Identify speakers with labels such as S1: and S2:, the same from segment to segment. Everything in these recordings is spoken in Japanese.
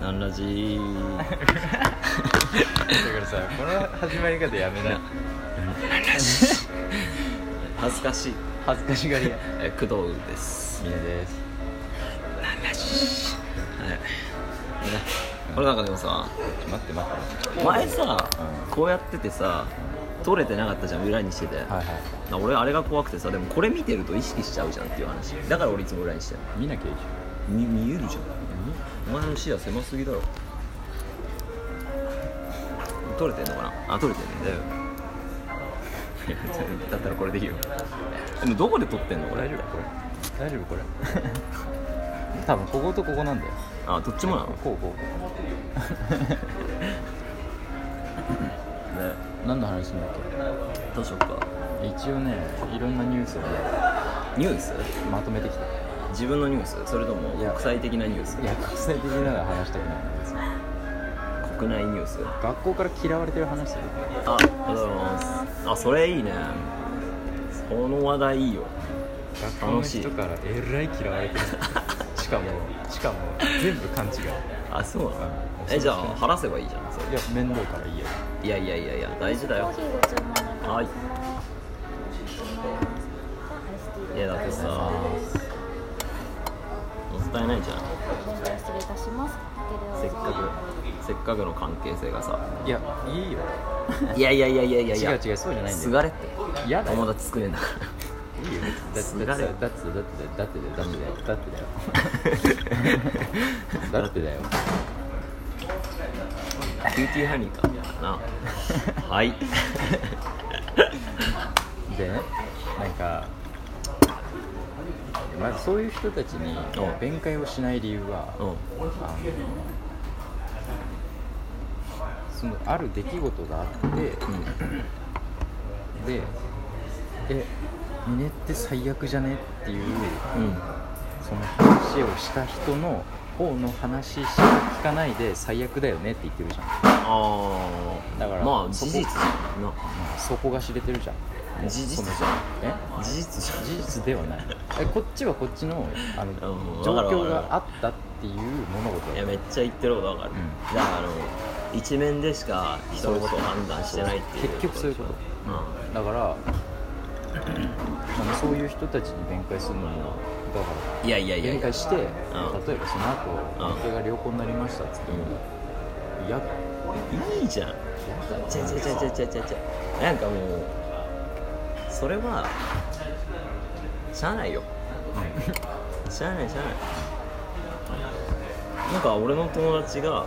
S1: なんラジー
S2: だからさこの始まり方やめな
S1: 恥ずかしい
S2: 恥ずかしがりや
S1: え工藤です
S2: みねです
S1: ねこれなんかでもさ
S2: ちょ待って待って
S1: 前さ
S2: う
S1: こうやっててさ撮れてなかったじゃん裏にしてて、
S2: はいは
S1: な俺あれが怖くてさでもこれ見てると意識しちゃうじゃんっていう話だから俺いつも裏にしてる
S2: い見なきゃいい
S1: 見見えるじゃんお前の視野狭すぎだろ撮れてんのかなあ撮れてるねだよいや だったらこれでいいよでもどこで撮ってんのこ
S2: じゃん
S1: れ
S2: 大丈夫これ大丈夫これ多分こことここなんだよ
S1: あどっちもなのね
S2: こうこう何の話すんだっ
S1: どうしよっか
S2: け一応ねいろんなニュースをね
S1: ニュース
S2: まとめてきた
S1: 自分のニュースそれとも
S2: いや
S1: 国際的なニュース
S2: いや国際的なのは話したくないんですよ
S1: 国内ニュース
S2: 学校から嫌われてる話する
S1: あありがとうございますあそれいいねその話題いいよ
S2: 学校の人からえらい嫌われてるしかもしかも全部勘違いいや
S1: あそうなの
S2: うん
S1: えじゃあ晴らせばいいじゃんそれ
S2: 面倒からいいよ
S1: いやいやいやいや大事だよ
S3: コーヒーご注文の
S1: はいいやだってさもったいないじゃん
S3: 失礼いたします
S1: せっかくせっかくの関係性がさ
S2: いやいいよ
S1: いやいやいやいやいやいや
S2: 違う違うそうじゃないんだよ
S1: すがれって
S2: 嫌だよ
S1: 友達作れんだから
S2: いいよだって
S1: す
S2: だ
S1: が
S2: っ
S1: れ
S2: てだってだってだってだってだよだってだよだってだよ
S1: キューティーハニーかみたいなはい
S2: でねなんかまずそういう人たちに
S1: うん
S2: 弁解をしない理由は、
S1: うん
S2: あのそのある出来事があって、で「えミネって最悪じゃね?」っていう
S1: うんうん
S2: その話をした人の方の話しか聞かないで「最悪だよね」って言ってるじゃん、ま
S1: ああ
S2: だから
S1: まあ
S2: そ
S1: 事実じゃん
S2: こ
S1: な
S2: あ、そこが知れてるじゃんもう
S1: 事実
S2: その
S1: じゃん
S2: え
S1: 事実じゃん
S2: 事実では ないえこっちはこっちのあの
S1: うん
S2: 状
S1: わかるわ
S2: 況
S1: かる
S2: があったっていう物事
S1: い
S2: だ
S1: や
S2: よ
S1: めっちゃ言ってることわかる、
S2: うん
S1: だからあの一面でしか人のことを判断してないっていう
S2: 結局そういうこと
S1: う
S2: だから、あのそういう人たちに弁解するのもだか
S1: ん
S2: ら
S1: いやいやいや
S2: 弁
S1: いや
S2: 解して、例えば
S1: ん
S2: その後
S1: うん
S2: これが良好になりましたっつっても、いや
S1: いいじゃん
S2: やだよ
S1: ちゃちゃちゃちゃちゃちゃちゃなんかもうそれはしゃあないよしゃあないしゃあないなんか俺の友達があ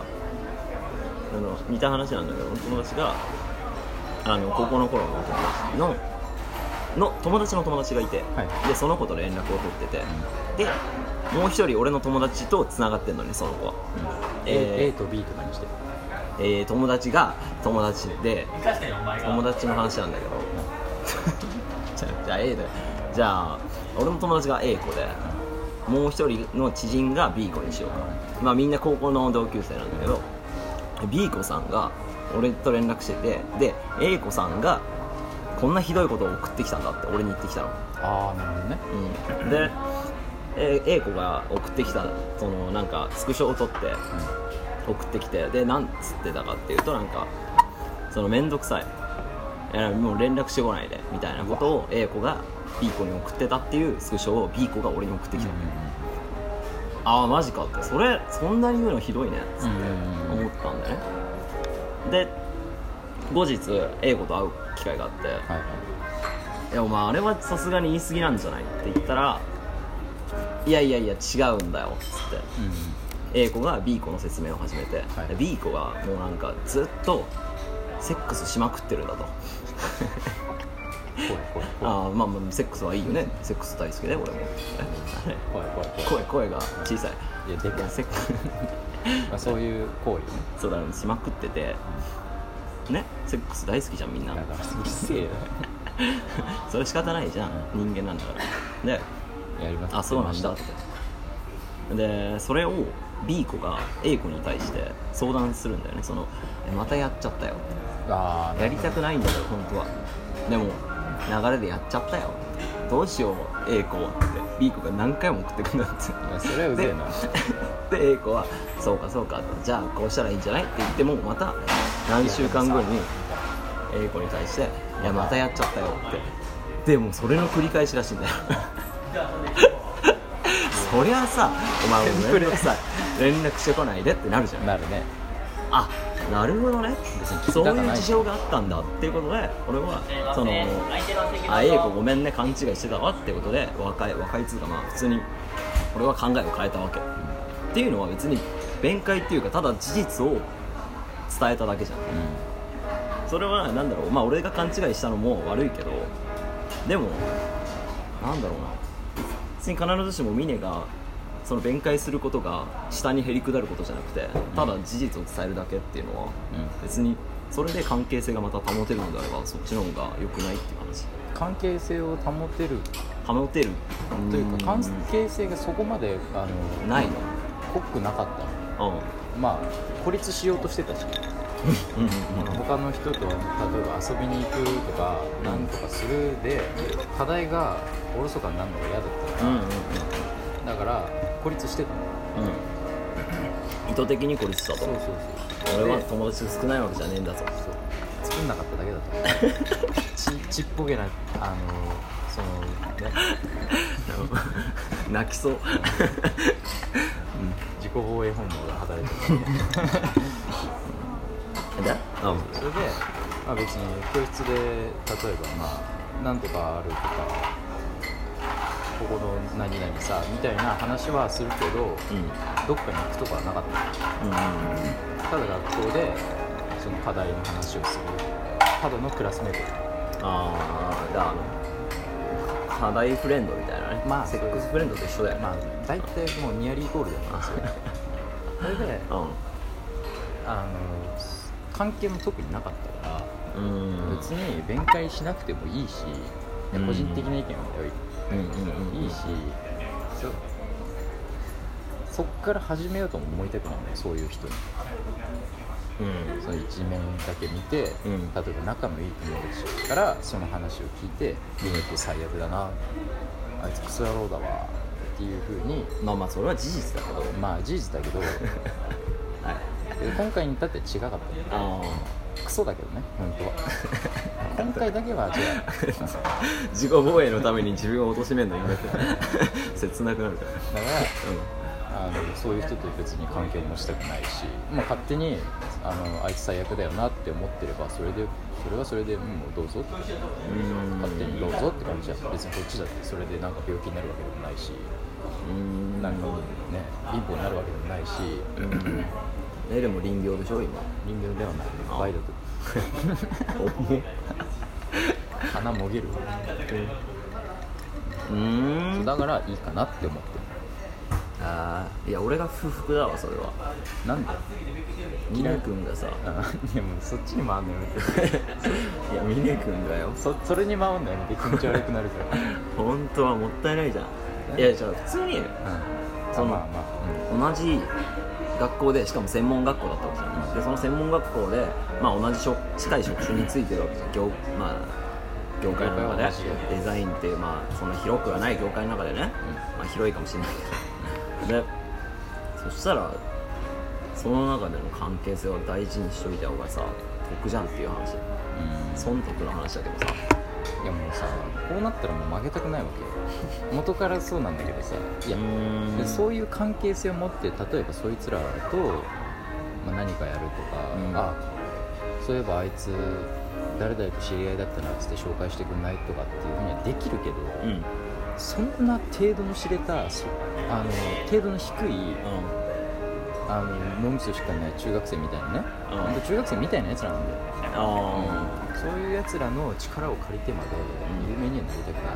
S1: の似た話なんだけど俺の友達があの高校の頃の友達のの友達の友達がいて、
S2: はい
S1: でその子と連絡を取ってて、でもう一人俺の友達とつながってんのねその子は、え
S2: A,
S1: ー
S2: A と B とかにして
S1: えー友達が友達で友達の話なんだけどじゃあじゃあ A だよじゃあ俺の友達が A 子でもう一人の知人が B 子にしようかまあみんな高校の同級生なんだけど B 子さんが俺と連絡しててで A 子さんがこんなひどいことを送ってきたんだって俺に言ってきたの
S2: ああなるほどね
S1: うん、で、えー A 子が送ってきたそのなんかスクショを撮って送ってきてでなんつってたかっていうとなんかその面倒くさいいやもう連絡してこないでみたいなことを A 子が B 子に送ってたっていうスクショを B 子が俺に送ってきた、ああマジかってそれそんなに言うのひどいねつって思ったんだよねで後日 A 子と会う機会があって、
S2: はいはい
S1: いやお前あれはさすがに言い過ぎなんじゃないって言ったらいやいやいや違うんだよっつって
S2: うん
S1: A 子が B 子の説明を始めて、
S2: はい
S1: B 子がもうなんかずっとセックスしまくってるんだと
S2: 怖い怖い怖い
S1: ああまあまあセックスはいいよねセックス大好きで俺も
S2: 怖い怖い怖
S1: 声声が小さい
S2: いいやでか
S1: いやセックス
S2: い、まあ、そういう行為ね
S1: そうだねしまくっててねセックス大好きじゃんみんな
S2: だからうるせえよ
S1: それ仕方ないじゃん人間なんだからで
S2: やります
S1: あそうなんだってでそれを B 子が A 子に対して相談するんだよねそのえまたやっちゃったよ
S2: ああ
S1: やりたくないんだよ本当はでも流れでやっちゃったよどうしよう A 子って B 子が何回も送ってくるんだって
S2: いやそれはうぜ えな
S1: で A 子は「そうかそうか」じゃあこうしたらいいんじゃない?」って言ってもまた何週間後に A 子に対して「いやまたやっちゃったよ」ってでもそれの繰り返しらしい んだよそりゃさお前もめんどくさ い連絡してこないでってなるじゃん
S2: なるね
S1: あなるほどね
S2: 別に聞き
S1: そ
S2: た
S1: う
S2: く
S1: いう
S2: ない
S1: 事情があったんだっていうことで俺はそのあ A 子ごめんね勘違いしてたわってことで和解和解っつうかまあ普通に俺は考えを変えたわけ、っていうのは別に弁解っていうかただ事実を伝えただけじゃん
S2: う
S1: それはなんだろうまあ俺が勘違いしたのも悪いけどでもなんだろうな別に必ずしも峰がその弁解することが下にへりくだることじゃなくてただ事実を伝えるだけっていうのは
S2: うん
S1: 別にそれで関係性がまた保てるのであればそっちの方が良くないっていう話
S2: ん関係性を保てる
S1: 保てる
S2: というか関
S1: 係
S2: 係性がそこまであの
S1: ない
S2: 濃くなかった
S1: のうん
S2: まあ孤立しようとしてたし
S1: うん
S2: 他の人と例えば遊びに行くとかなんとかするで課題がおろそかになるのが嫌だった
S1: うんうんうん
S2: からだから孤立してたの
S1: うん意図的に孤立した
S2: そう
S1: と
S2: そうそう
S1: 俺は
S2: で
S1: 友達少ないわけじゃねえんだ と
S2: そう作んなかっただけだと思うちちっ ぽけなあのそのね
S1: 泣きそう
S2: 自己防衛本能が働いてる
S1: で
S2: それで、まあ、別に教室で例えばまあなんとかあるとかここの何々さみたいな話はするけど
S1: うんうん
S2: どっかに行くとかはなかった
S1: う
S2: ただ学校でその課題の話をするただのクラスメート
S1: んああだから課題フレンドみたいなね
S2: まあ
S1: セックスフレンドと一緒だよね
S2: まあ大体もうニアリーイコールだったんですよそれであの関係も特になかったから
S1: うんうん
S2: 別に弁解しなくてもいいし、
S1: うん
S2: 個人的な意見は
S1: うんうんうん
S2: いいし、そそっから始めようとも思いたくないのよそういう人に
S1: うん
S2: その一面だけ見て、
S1: うん
S2: 例えば仲のいい友達からその話を聞いて「ミネって最悪だなあいつクソ野郎だわ」っていうふうに
S1: まあまあそれは事実だけど
S2: まあ事実だけ どで
S1: はい
S2: 今回に至っては違かったね
S1: あ
S2: クソだけどね本当は今回だ けは違う
S1: あ自己防衛のために自分を貶めるのやめて切なくなるから
S2: だからあのそういう人と別に関係もしたくないし、まあ、勝手にあのあいつ最悪だよなって思ってればそれでそれはそれで、うん、もうどうぞって
S1: うん
S2: 勝手にどうぞって感じじゃん別にこっちだってそれでなんか病気になるわけでもないし
S1: うん
S2: なんかね貧乏になるわけでもないし
S1: えでも臨病でしょ今
S2: 人間ではない
S1: あ
S2: 梅毒 鼻もげる
S1: うん
S2: だからいいかなって思って
S1: ああいや俺が不服だわそれは
S2: るなんで
S1: ミネ君がさ
S2: あでもそっちに回んのやめて
S1: いやミネ君がよ
S2: そそれに回んのやめて気持ち悪くなるから、
S1: 本当はもったいないじゃんいやじゃあ普通に
S2: うん、
S1: その
S2: あまあまあ、う
S1: 同
S2: ん
S1: じ学校でしかも専門学校だったわけじゃんでその専門学校で、まあ、同じ職近い職種についてるわけじゃん業,、まあ、業界の中で
S2: 業界は同じ
S1: デザインっていう、まあ、そんな広くはない業界の中でね、まあ、広いかもしれないけどでそしたらその中での関係性を大事にしといた方がさ得じゃんっていう話損得の話だけどさ
S2: いやもうさこうなったらもう負けたくないわけよ 元からそうなんだけどさいや、
S1: ん
S2: でそういう関係性を持って例えばそいつらと、まあ、何かやるとか、
S1: うん
S2: あそういえばあいつ誰々と知り合いだったなっつって紹介してくんないとかっていうふうにはできるけど、
S1: うんうん
S2: そんな程度の知れたそあの程度の低いあの脳みそしかない中学生みたいなね、
S1: うん
S2: ほんと中学生みたいなやつらなんだよ
S1: あ
S2: そういうやつらの力を借りてまで
S1: うん
S2: 有名にはなりたくない、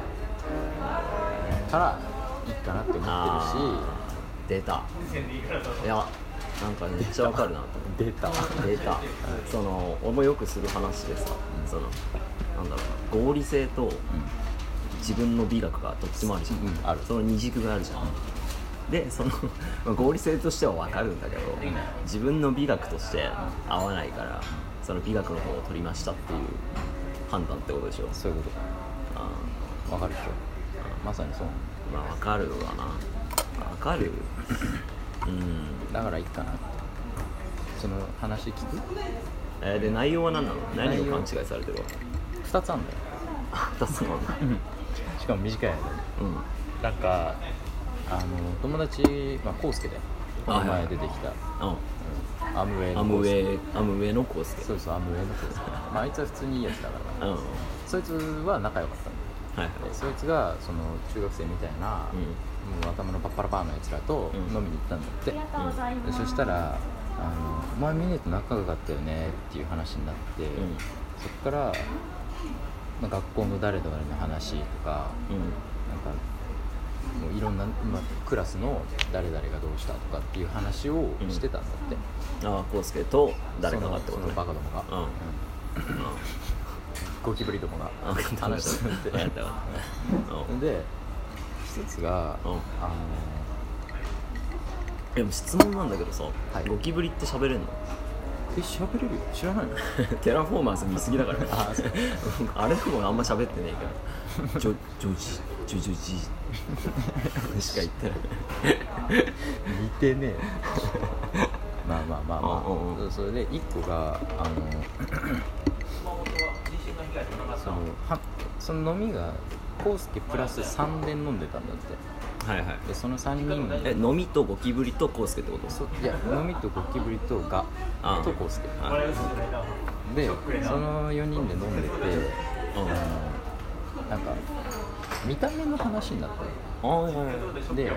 S2: からいいかなって思っ
S1: あ出たいやなんかめっちゃわかるなと思って
S2: てるし出た
S1: データ、その俺もよくする話でさ、そのなんだろうな合理性と自分の美学がどっちもあるじゃん、
S2: うんある
S1: その二軸があるじゃん、でその まあ合理性としては分かるんだけど、自分の美学として合わないからその美学の方を取りましたっていう判断ってことでしょ
S2: そういうこ
S1: あ
S2: とわかるでしょまさにそう
S1: まあわかるわなわかるうん
S2: だからいいかなってその話聞く
S1: えーで内容は何なの何を
S2: 内容
S1: 勘違いされてるわけ
S2: 2つあんだよ
S1: あ出すもんな
S2: しかも短い間に
S1: うん
S2: なんかあの友達まあ康介だよこの前出てきた、
S1: う
S2: うんアムウェイ
S1: ん
S2: の
S1: アムウ
S2: イ
S1: ェイアムウェイのコースケ
S2: そうそうアムウェイの康介まああいつは普通にいいやつだから
S1: うんはい
S2: そいつは仲良かったん
S1: はい
S2: だよでそいつがその中学生みたいな、
S1: うん
S2: もう頭のパッパラパーのやつらと
S1: うん
S2: 飲みに行ったんだって、
S3: りがとうござい
S2: で
S3: ます。
S2: そしたら「あのお前ミネと仲良かったよね」っていう話になって、
S1: うん
S2: そっから、まあ、学校の誰々の話と
S1: う
S2: か
S1: ん
S2: なんかもういろんな、まあ、クラスの誰々がどうしたとかっていう話をしてたんだって、
S1: ああコースケと誰かがってこと
S2: そ
S1: ね
S2: のそのバカどもが、
S1: うん
S2: ゴキブリどもが
S1: あ分かった
S2: 話し て
S1: 分
S2: た
S1: か
S2: ん
S1: った
S2: だっ
S1: わかったわう
S2: て
S1: ん
S2: で一つが、
S1: うん
S2: あの
S1: でも質問なんだけどさ
S2: い
S1: ゴキブリって喋れんの
S2: え喋れるよ知らないの
S1: テラフォーマーズ見すぎだからね
S2: あそう
S1: あれでもあんま喋ってねえからジ ョジョジジョジョジ しか言ってない
S2: 似てねえまあまあまあまあ、
S1: うんうんうん
S2: それで一個があのそのはその飲みが康介プラス3で飲んでたんだって
S1: はいはい
S2: でその3人
S1: え飲みとゴキブリとコースケってこと
S2: そいや飲みとゴキブリとガ
S1: あ
S2: と康介
S1: はい
S2: でその4人で飲んでて
S1: うん
S2: あのなんか見た目の話になったの
S1: あはいはいはい
S2: で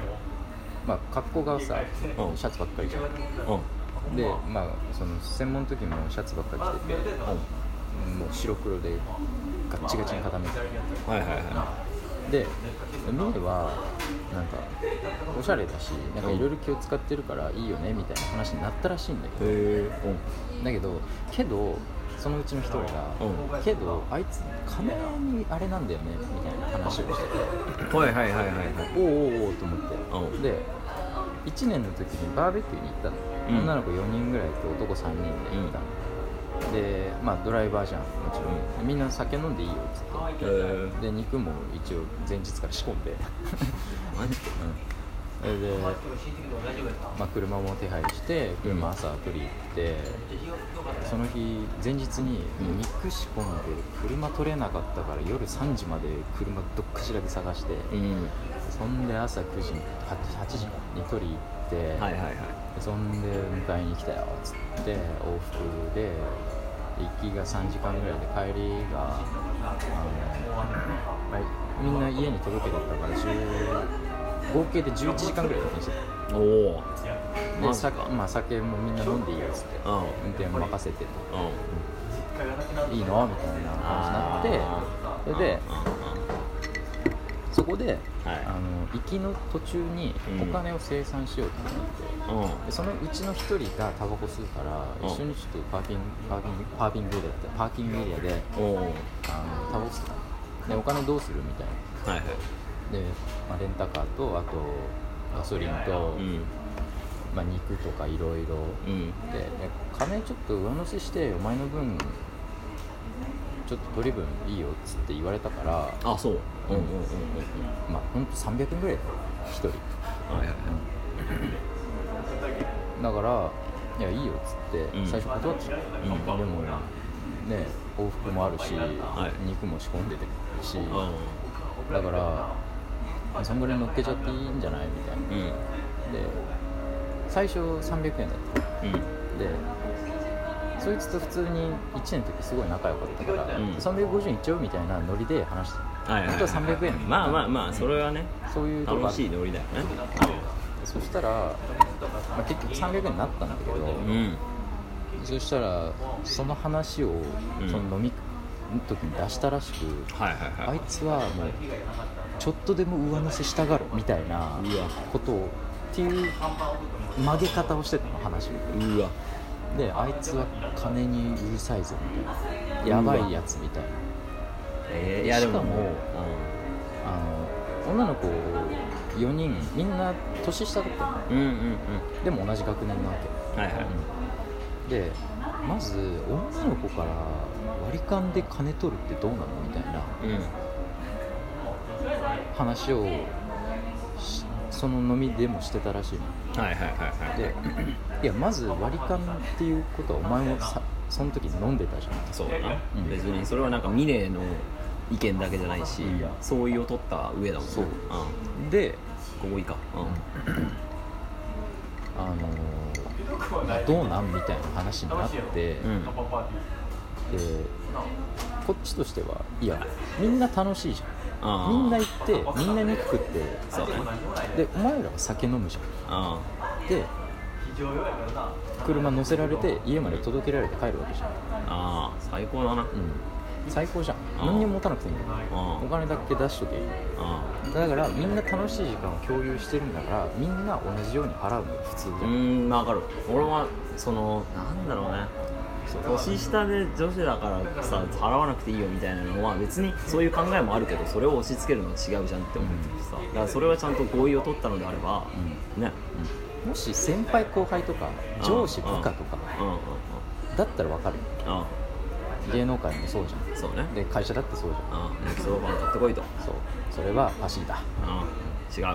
S2: まあ格好がさ
S1: うん
S2: シャツばっかりじゃん
S1: うん
S2: でまあその専門の時もシャツばっかり着ててもう白黒でガッチガチに固めて
S1: はいはいは
S2: てでミネはなんかおしゃれだしなんかいろいろ気を使ってるからいいよねみたいな話になったらしいんだけ
S1: いへえうん
S2: どだけどけどそのうちの一人
S1: う
S2: がけどあいつ金にあれなんだよねみたいな話をしてて。
S1: はいはいはいはいはい
S2: おうおうおうと思って、
S1: うん
S2: で1年の時にバーベキューに行ったの、
S1: うん
S2: 女の子4人ぐらいと男3人で行ったの、でまあドライバーじゃんもちろん、みんな酒飲んでいいよっつっ
S1: へえ
S2: てで肉も一応前日から仕込 んで、
S1: マジで
S2: それで、まあ、車も手配して車朝アプリ行って、その日前日に
S1: うん
S2: 肉仕込んで車取れなかったから夜3時まで車どっかしらで探して、
S1: うん
S2: そんで朝9時 8, 時に取り行って、
S1: はいはいはい
S2: そんで迎えに来たよっつって往復で行きが3時間ぐらいで帰りがあの、まあみんな家に届けてったから10合計で11時間ぐらい運転して
S1: おお
S2: たで
S1: マジ
S2: さ
S1: か
S2: まあ、酒もみんな飲んでいいよっつって
S1: うん
S2: 運転任せてと
S1: うん
S2: いいのみたいな話になってそれで
S1: う
S2: そこで、
S1: はい
S2: あの行きの途中にお金を生産しようと思って。
S1: んうんうん
S2: でそのうちの1人がタバコ吸うから
S1: うん
S2: 一緒にちょっとパーキングパーキングパーキングエリアだったパーキングエリアで
S1: おー
S2: あのタバコ吸ってたでお金どうするみたい
S1: はいはい
S2: なで、まあ、レンタカーとあとガソリンと、
S1: うん
S2: まあ、肉とかいろいろ
S1: うん
S2: でで金ちょっと上乗せしてお前の分ちょっと取り分いいよっつって言われたから
S1: あそううんうんうんうん
S2: まあほんと300円ぐらいだよ1人
S1: はいはいはい
S2: だから「いやいいよ」っつって、
S1: うん
S2: 最初断ってた、
S1: ん
S2: でもね往復もあるし、
S1: い
S2: 肉も仕込んでるし、
S1: う
S2: だからそんぐらい乗っけちゃっていいんじゃないみたいな、
S1: ん
S2: で最初300円だった
S1: うん
S2: でそいつと普通に1年の時すごい仲良かったから、
S1: うん
S2: 350円いっちゃうみたいなノリで話して
S1: はいはいはい
S2: 本当は300円
S1: まあまあまあそれはね
S2: たそういうとこあ
S1: 楽
S2: って
S1: しいノリだよね
S2: そしたら、まあ、結局300円になったんだけど、
S1: うん
S2: そしたらその話を
S1: うん
S2: その飲みの時に出したらしく、
S1: はいはいは
S2: あ
S1: い
S2: いつはもうちょっとでも上乗せしたがるみたいな
S1: うわ
S2: ことをっていう曲げ方をしてたの話を
S1: うわ
S2: であいつは金にうるさいぞみたいなやばいやつみたいな
S1: えーいやでも
S2: しかもあの女の子4人みんな年下だったの
S1: うんうんうん
S2: でも同じ学年なわけ
S1: うんはいはい
S2: でまず女の子から割り勘で金取るってどうなのみたいな
S1: うん
S2: 話をしその飲みでもしてたらしいの
S1: はいはいはいはい
S2: でいやまず割り勘っていうことはお前もさその時飲んでたじゃん
S1: そうだな、
S2: うん
S1: 別にそれはなんかミネの意見だけじゃないし、
S2: うん
S1: 相違を取った上だもんね、
S2: そうんで
S1: 合意か、う
S2: あのーまあどうなんみたいな話になって、
S1: ん
S2: で
S1: うん、
S2: こっちとしてはいやみんな楽しいじゃ
S1: あ
S2: ん
S1: ー
S2: みんな行ってみんな肉食って
S1: そうだね
S2: でお前らは酒飲むじゃ
S1: あ
S2: んで車乗せられて家まで届けられて帰るわけじゃん、
S1: あああ最高だな、
S2: うん、最高じゃん
S1: あー
S2: 何にも持たなくていいんだよ
S1: あ
S2: お金だけ出しとけばいい
S1: あ
S2: だからみんな楽しい時間を共有してるんだからみんな同じように払うのが普通
S1: う
S2: だよ、
S1: ーん分かる俺はそのなんだろうね年下で女子だからさ払わなくていいよみたいなのは別にそういう考えもあるけどそれを押し付けるのは違うじゃんって思ってるしさだからそれはちゃんと合意を取ったのであれば、ね
S2: うんもし先輩後輩とか上司部下とか
S1: うんうんうん
S2: だったら分かるよ
S1: あ
S2: 芸能界もそうじ
S1: あ
S2: ゃ
S1: そうね
S2: んで会社だってそうじゃ
S1: ああ焼きそばパン買ってこいと
S2: んそうそれはパシリだ
S1: ああ違う
S2: 違う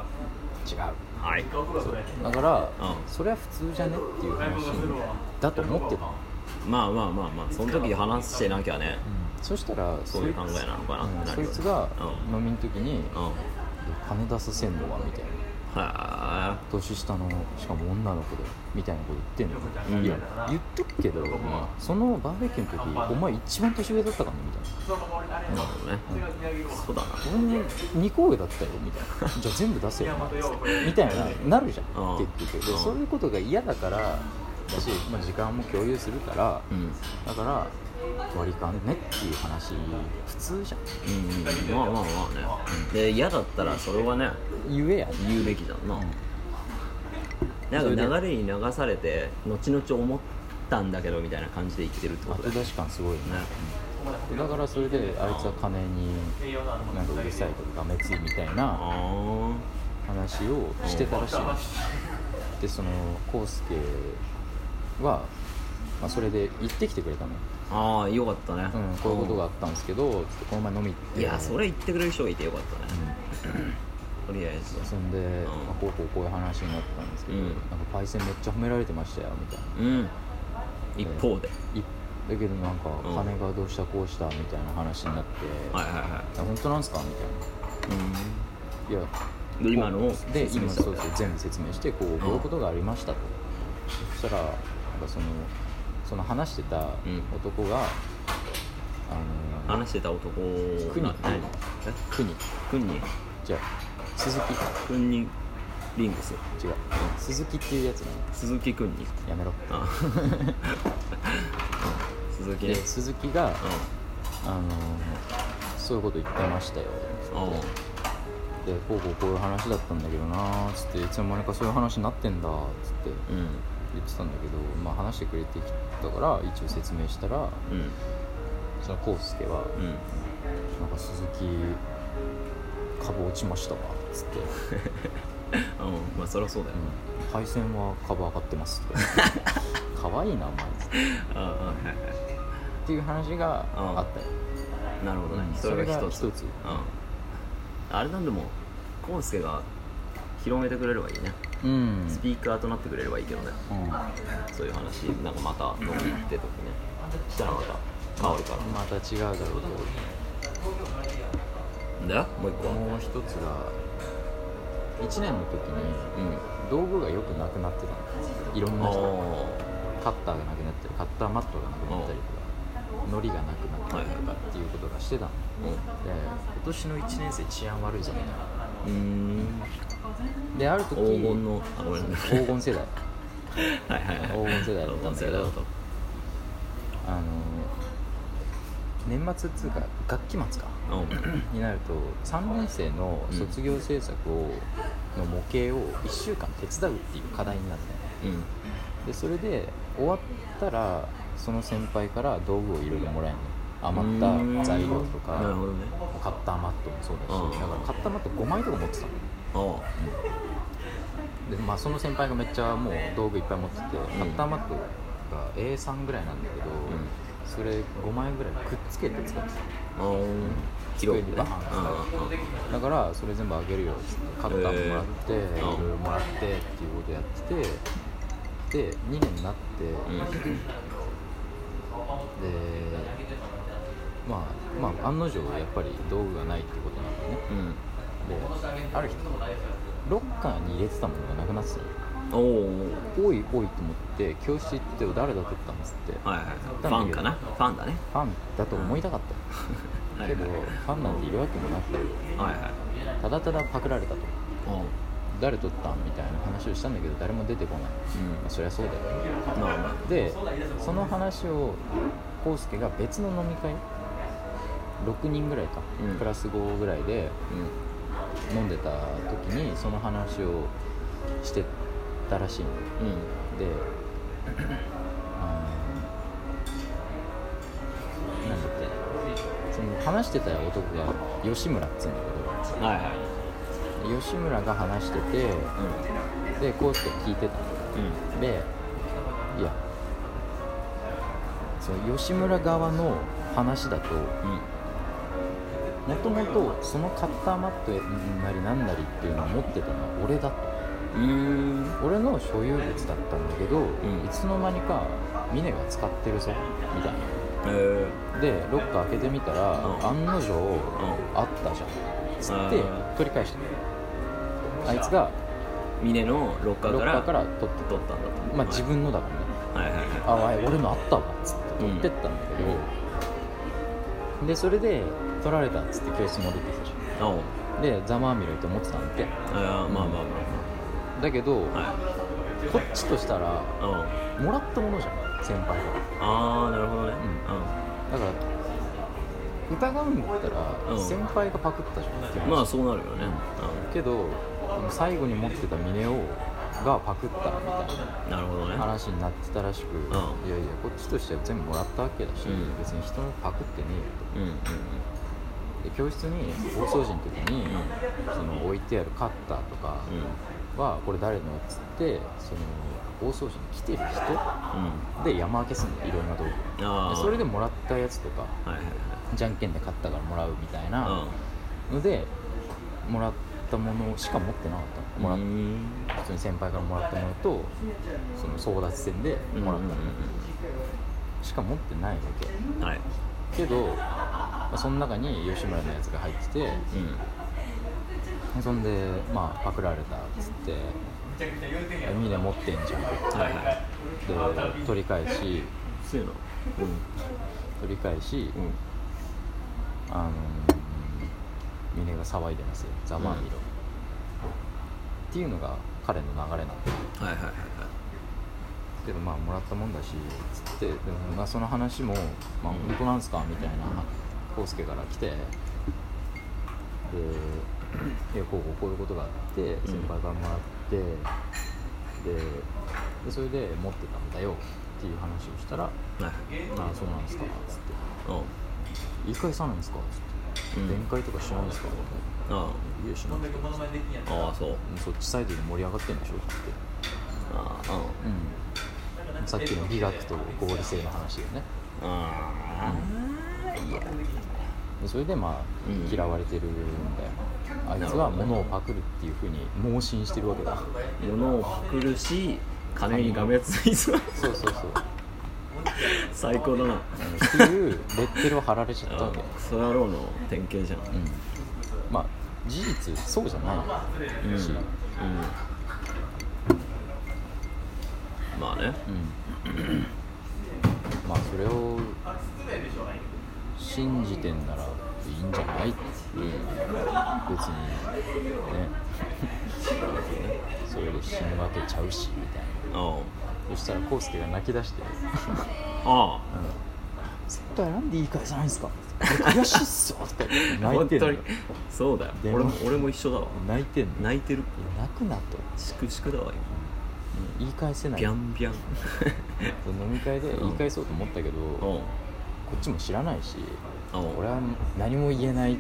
S1: はい
S2: そうだから
S1: うん
S2: それは普通じゃねっていう話だと思ってた、
S1: まあまあまあまあその時話してなきゃね
S2: そしたら
S1: そういう考えなのかな
S2: うん
S1: なる
S2: そ
S1: よね
S2: いつが
S1: う
S2: 飲みの時に
S1: うんは
S2: 「金出させんのは」みたいな
S1: あ
S2: 年下のしかも女の子でみたいなこと言ってんの、
S1: うん
S2: いや言っとくけど、
S1: ま
S2: そのバーベキューの時お前一番年上だったかもみたい
S1: なるほどねそうだな
S2: な俺2個上だったよみたい なじゃあ全部出せよお前みたいななるじゃん、
S1: うん
S2: 結局で、
S1: うん
S2: そういうことが嫌だからだし、まあ、時間も共有するから、
S1: うんうん
S2: だから割り勘ねっていう話普通じゃ
S1: う
S2: ん
S1: んまあまあまあねで嫌だったらそれはね
S2: 言えやね
S1: 言うべきじゃんななんか流れに流されて後々思ったんだけどみたいな感じで言ってるってこと
S2: 後
S1: だよね
S2: 出し感すごいよねだからそれであいつは金になんかうるさいとかがめついみたいな
S1: あ
S2: 話をしてたらしいですでその康介は、まあ、それで行ってきてくれたの、
S1: あああよかったね
S2: うん、こういうことがあったんですけど、ちょっとこの前飲み行って
S1: いやそれ言ってくれる人がいてよかった
S2: う
S1: ね
S2: ん
S1: とりあえず
S2: そんで、
S1: ん
S2: まあ、こうこうこういう話になったんですけど、
S1: うん
S2: なんかパイセンめっちゃ褒められてましたよみたいな
S1: うん一方で
S2: いだけどなんか
S1: うん
S2: 金がどうしたこうしたみたいな話になって、
S1: はいはいはい
S2: や本当なんすかみたいないや
S1: で今のを
S2: で
S1: 説明
S2: 今
S1: した
S2: そうそう全部説明してこうこういうことがありましたと、そしたらなんかそのその話してた
S1: うん
S2: 男が、あの
S1: 話してた男
S2: くに
S1: が何
S2: 国
S1: くんに
S2: じゃあ鈴木
S1: くんにリンクス
S2: 違う鈴木っていうやつね
S1: 鈴木くんに
S2: やめろ
S1: あ鈴木ね
S2: で鈴木が、
S1: う
S2: あのそういうこと言ってましたよ
S1: んうん
S2: でこうこうこういう話だったんだけどなつっていつの間にかそういう話になってんだつって
S1: うん
S2: 言ってたんだけど、まあ、話してくれてきたから一応説明したら
S1: うん
S2: その康介は
S1: うん
S2: なんか鈴木株落ちましたわっつって、うん、
S1: うんまあそりゃそうだよ
S2: 配線は株上がってます とか可愛いなお前っつって
S1: ああはいはいは
S2: っていう話があったよ、
S1: いなるほど
S2: うん
S1: ねそれが一つ
S2: それが一つ
S1: うんあれなんでも康介が広めてくれればいいね
S2: うんうん
S1: スピーカーとなってくれればいいけどね
S2: ま
S1: そういう話なんかまた飲みに行ってとかねしたらまた香りから
S2: た違うだろうけ
S1: でもう一個
S2: ど
S1: は
S2: もう一つが1年の時に
S1: うん
S2: 道具がよくなくなってたのいろんな人が
S1: お
S2: カッターがなくなったりカッターマットがなくなったりとかのりがなくなったりとかっていうことがしてたので今年の1年生治安悪いじゃない
S1: うんうーん
S2: である
S1: 黄
S2: 時
S1: 金のあごめんなさい
S2: 黄金世代
S1: はいはいはい
S2: 黄金世代だ
S1: 黄
S2: った
S1: 金世
S2: んだけ
S1: 代だ
S2: ど
S1: と
S2: あの年末っつうか学期末か
S1: うん
S2: になると3年生の卒業制作を、の模型を1週間手伝うっていう課題になって
S1: うん
S2: でそれで終わったらその先輩から道具をいろいろもらえる余った材料とか
S1: なるほどね
S2: カッターマットもそうだ
S1: うん
S2: しだからカッターマット5枚とか持ってたの
S1: お
S2: で、まあ、その先輩がめっちゃもう道具いっぱい持ってて、カッターマットが A3 ぐらいなんだけど、それ5枚ぐらいくっつけて使って
S1: うん広くね
S2: 机にバーただからそれ全部あげるよっつってカッターももらって、
S1: へー
S2: いろいろもらってっていうことやっててで2年になって、
S1: うんうん
S2: でまあまあ案の定やっぱり道具がないってことなんでね
S1: うん
S2: である日ロッカーに入れてたものがなくなってたの
S1: おお
S2: おいおいと思って教室行ってよ誰だ取ったんですって、
S1: はいはいファンかなファンだね
S2: ファンだと思いたかった
S1: は
S2: よ、
S1: い
S2: け
S1: は
S2: ど
S1: い
S2: ファンなんているわけもなく
S1: はいはい
S2: ただただパクられたと
S1: おう
S2: 誰取ったんみたいな話をしたんだけど誰も出てこない、まあ、そりゃそうだよね
S1: うんまあま
S2: でその話をコウスケが別の飲み会6人ぐらいか、
S1: うん
S2: プラス5ぐらいで
S1: あう
S2: 飲んでた時にその話をしてたらしいの
S1: んうん
S2: で、あのなんだっけ、その話してた男が吉村っつうんだ
S1: はいはい
S2: けど、吉村が話してて、で、コースケ聞いてたの
S1: うん
S2: で、いや、その吉村側の話だと、
S1: うん
S2: もともとそのカッターマットなりなんなりっていうのを持ってたのは俺だと。
S1: うんうーん
S2: 俺の所有物だったんだけど、
S1: ん
S2: いつの間にか峰が使ってるぞみたい
S1: えー
S2: なでロッカー開けてみたら、
S1: うん
S2: 案の定、あったじゃんつって
S1: うん
S2: 取り返したあいつが
S1: 峰のロッカ
S2: ロ
S1: ーか
S2: ッ
S1: ら
S2: カーから取って
S1: 取ったんだと
S2: まあ自分のだからね、
S1: はいはいはい
S2: ああ俺のあったわっつって取ってったんだけど、でそれで取られたっつって教室戻ってきたじ
S1: あおう
S2: ゃんでざまあみろいと思ってたんだって
S1: あーまあまあま
S2: だけど、
S1: あまあはい
S2: こっちとしたら
S1: あおう
S2: もらったものじゃん先輩から
S1: ああなるほどね
S2: うだから疑うんだったら、
S1: うん
S2: 先輩がパクったじゃんって
S1: う
S2: 話
S1: んまあそうなるよね
S2: けど最後に持ってた峰をがパクったみたいな
S1: うんなるほどね
S2: 話になってたらしく、いやいやこっちとしては全部もらったわけだし、
S1: うん
S2: 別に人のパクってね
S1: うんうん
S2: えよとで教室に大掃除の時に、その置いてあるカッターとか
S1: うん
S2: はこれ誰のっつってその大掃除に来てる
S1: うん
S2: 人で山分けするのいろんな道具
S1: ああ
S2: でそれで
S1: も
S2: もらったやつとか
S1: はいはい
S2: じゃんけんで勝ったからもらうみたい
S1: は
S2: ないのでもらったものしか持ってなかった
S1: うん
S2: もら
S1: う
S2: っ
S1: ん
S2: 普通に先輩からもらったものとその争奪戦でもら
S1: う
S2: ったも
S1: んうん
S2: のしか持ってないわけ
S1: うんはい
S2: けど、まあ、その中に吉村のやつが入ってて
S1: う
S2: そんでまあパクられたっつって「みんな持ってんじゃん」
S1: んはいはい
S2: で取り返し
S1: そういうの
S2: 取り返し、
S1: うんうん
S2: あのー、峰が騒いでますよ「ざまあみろ」っていうのが彼の流れなんだ
S1: はいはいはいはい
S2: けどまあもらったもんだしつってでもまあその話も「まあ、本当なんすか?」みたいな康介から来てで「いやこうこうこういうことがあって先輩からもらって、ででそれで持ってたんだよ」っていう話をしたら「
S1: はい
S2: ああそうなんですか」つっ
S1: う
S2: て
S1: ん
S2: 「言い返さないんですか?」つって「
S1: うん
S2: 弁解とかしないんですか?」
S1: あ
S2: いやしなんだけど
S1: あああそう
S2: そっちサイドで盛り上がってんでしょって
S1: ああうん
S2: うんさっきの美学と合理性の話でね
S1: ああいや
S2: でそれでまあ、
S1: うん
S2: 嫌われてるんだよあいつは物をパクるっていうふうに盲信してるわけだ
S1: 物をパクるし金にがめつい そう
S2: そうそうそう
S1: 最高だな
S2: っていうレッテルを貼られちゃったわけ
S1: そやろうの典型じゃん
S2: うんまあ事実そうじゃないし、
S1: うんまあね
S2: うん、まあそれを信じてんならいいんじゃないって、別にね それで死ぬわけちゃうしみたいな
S1: あ
S2: そしたら康介が泣き出して
S1: あ
S2: 「絶対なんで言い返さないんすか?」悔しいっすよ」とか言って泣い
S1: 本
S2: てん
S1: 当
S2: の
S1: に
S2: よ
S1: そうだよ
S2: で
S1: 俺
S2: も
S1: も俺も一緒だわ
S2: 泣いてんの
S1: 泣いてる
S2: いや泣くなと
S1: しくしくだわ
S2: 言い返せ
S1: 今
S2: ない
S1: ビャン ビャン
S2: 飲み会で言い返そうと思ったけど、
S1: うん
S2: こっちも知らないし
S1: うん
S2: 俺は何も言えない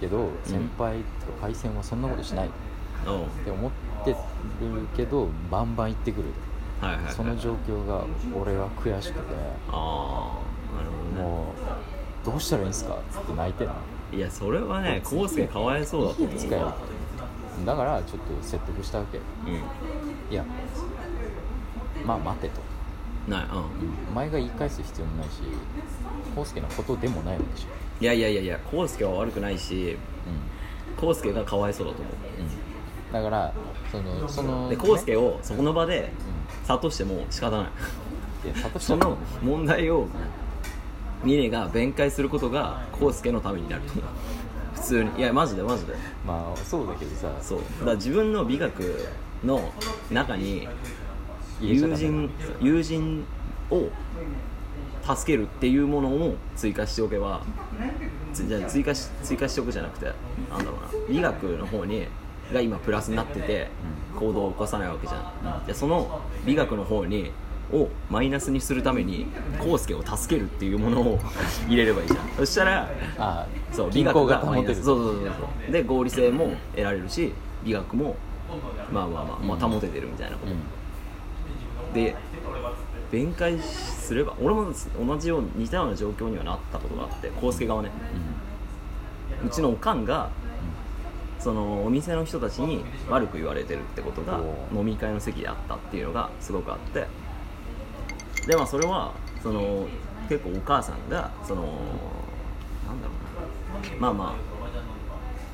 S2: けど先輩とかパイセンはそんなことしないっ
S1: うん
S2: て思ってるけどバンバン言ってくる
S1: はいはいはい
S2: その状況が俺は悔しくて
S1: あなるほどね
S2: もうどうしたらいいんすかつって泣いてない
S1: やそれはね康介かわいそうだと思
S2: 使
S1: う
S2: え
S1: わ
S2: だからちょっと説得したわけ
S1: う
S2: いやまあ待てと、
S1: んないうん
S2: お前が言い返す必要もないし康介のことでもないわけじ
S1: いやいやいやいや康介は悪くないし
S2: ゃん、
S1: 康介がかわいそうだと思
S2: うんうん、だからそのその
S1: うで康介
S2: を、
S1: をそこの場で
S2: う
S1: 諭しても仕方ない
S2: ん、いや諭し
S1: そ
S2: た
S1: の問題をミネが弁解することが康介のためになると思う普通にいやマジでマジで
S2: まあそうだけどさ
S1: そうだから自分の美学の中に
S2: 入れち
S1: 友
S2: ゃダメ
S1: 人友人を助けるっていうものを追加しておけばつじゃあ追加し追加しておくじゃなくてなんだろうな美学の方にが今プラスになってて行動を起こさないわけじゃん、じゃあその美学の方にをマイナスにするために康介を助けるっていうものを入れればいいじゃんそしたら
S2: あ
S1: そう美
S2: 均
S1: 学
S2: 衡
S1: が
S2: が
S1: マ
S2: 保
S1: イ
S2: て
S1: ナ
S2: る
S1: スそうそうそうそうで合理性も得られるし美学もまあまあまあ、まあ、保ててるみたいなこと、
S2: うん
S1: で弁解すれば俺も同じように似たような状況にはなったことがあって康介側ねうちのおかんがそのお店の人たちに悪く言われてるってことが
S2: おー
S1: 飲み会の席であったっていうのがすごくあってでまあそれはその結構お母さんがそのなんだろうなまあまあ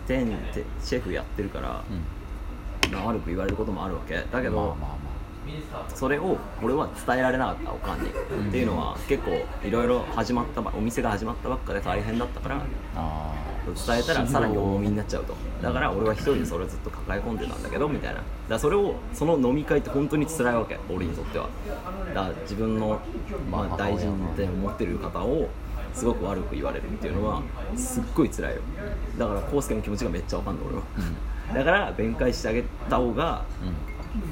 S1: 店てシェフやってるから、
S2: うん
S1: まあ、悪く言われることもあるわけだけど、
S2: まあまあま
S1: それを俺は伝えられなかったおかんに、
S2: ん
S1: っていうのは結構いろいろ始まったばお店が始まったばっかで大変だったから
S2: あああ
S1: 伝えたらさらに重みになっちゃうとだから俺は一人でそれをずっと抱え込んでたんだけどみたいなだからそれをその飲み会って本当に辛いわけ俺にとってはだから自分の、まあ、大事って思ってる方をすごく悪く言われるっていうのはすっごい辛いよだから康介の気持ちがめっちゃわかんない俺はだから弁解してあげた方が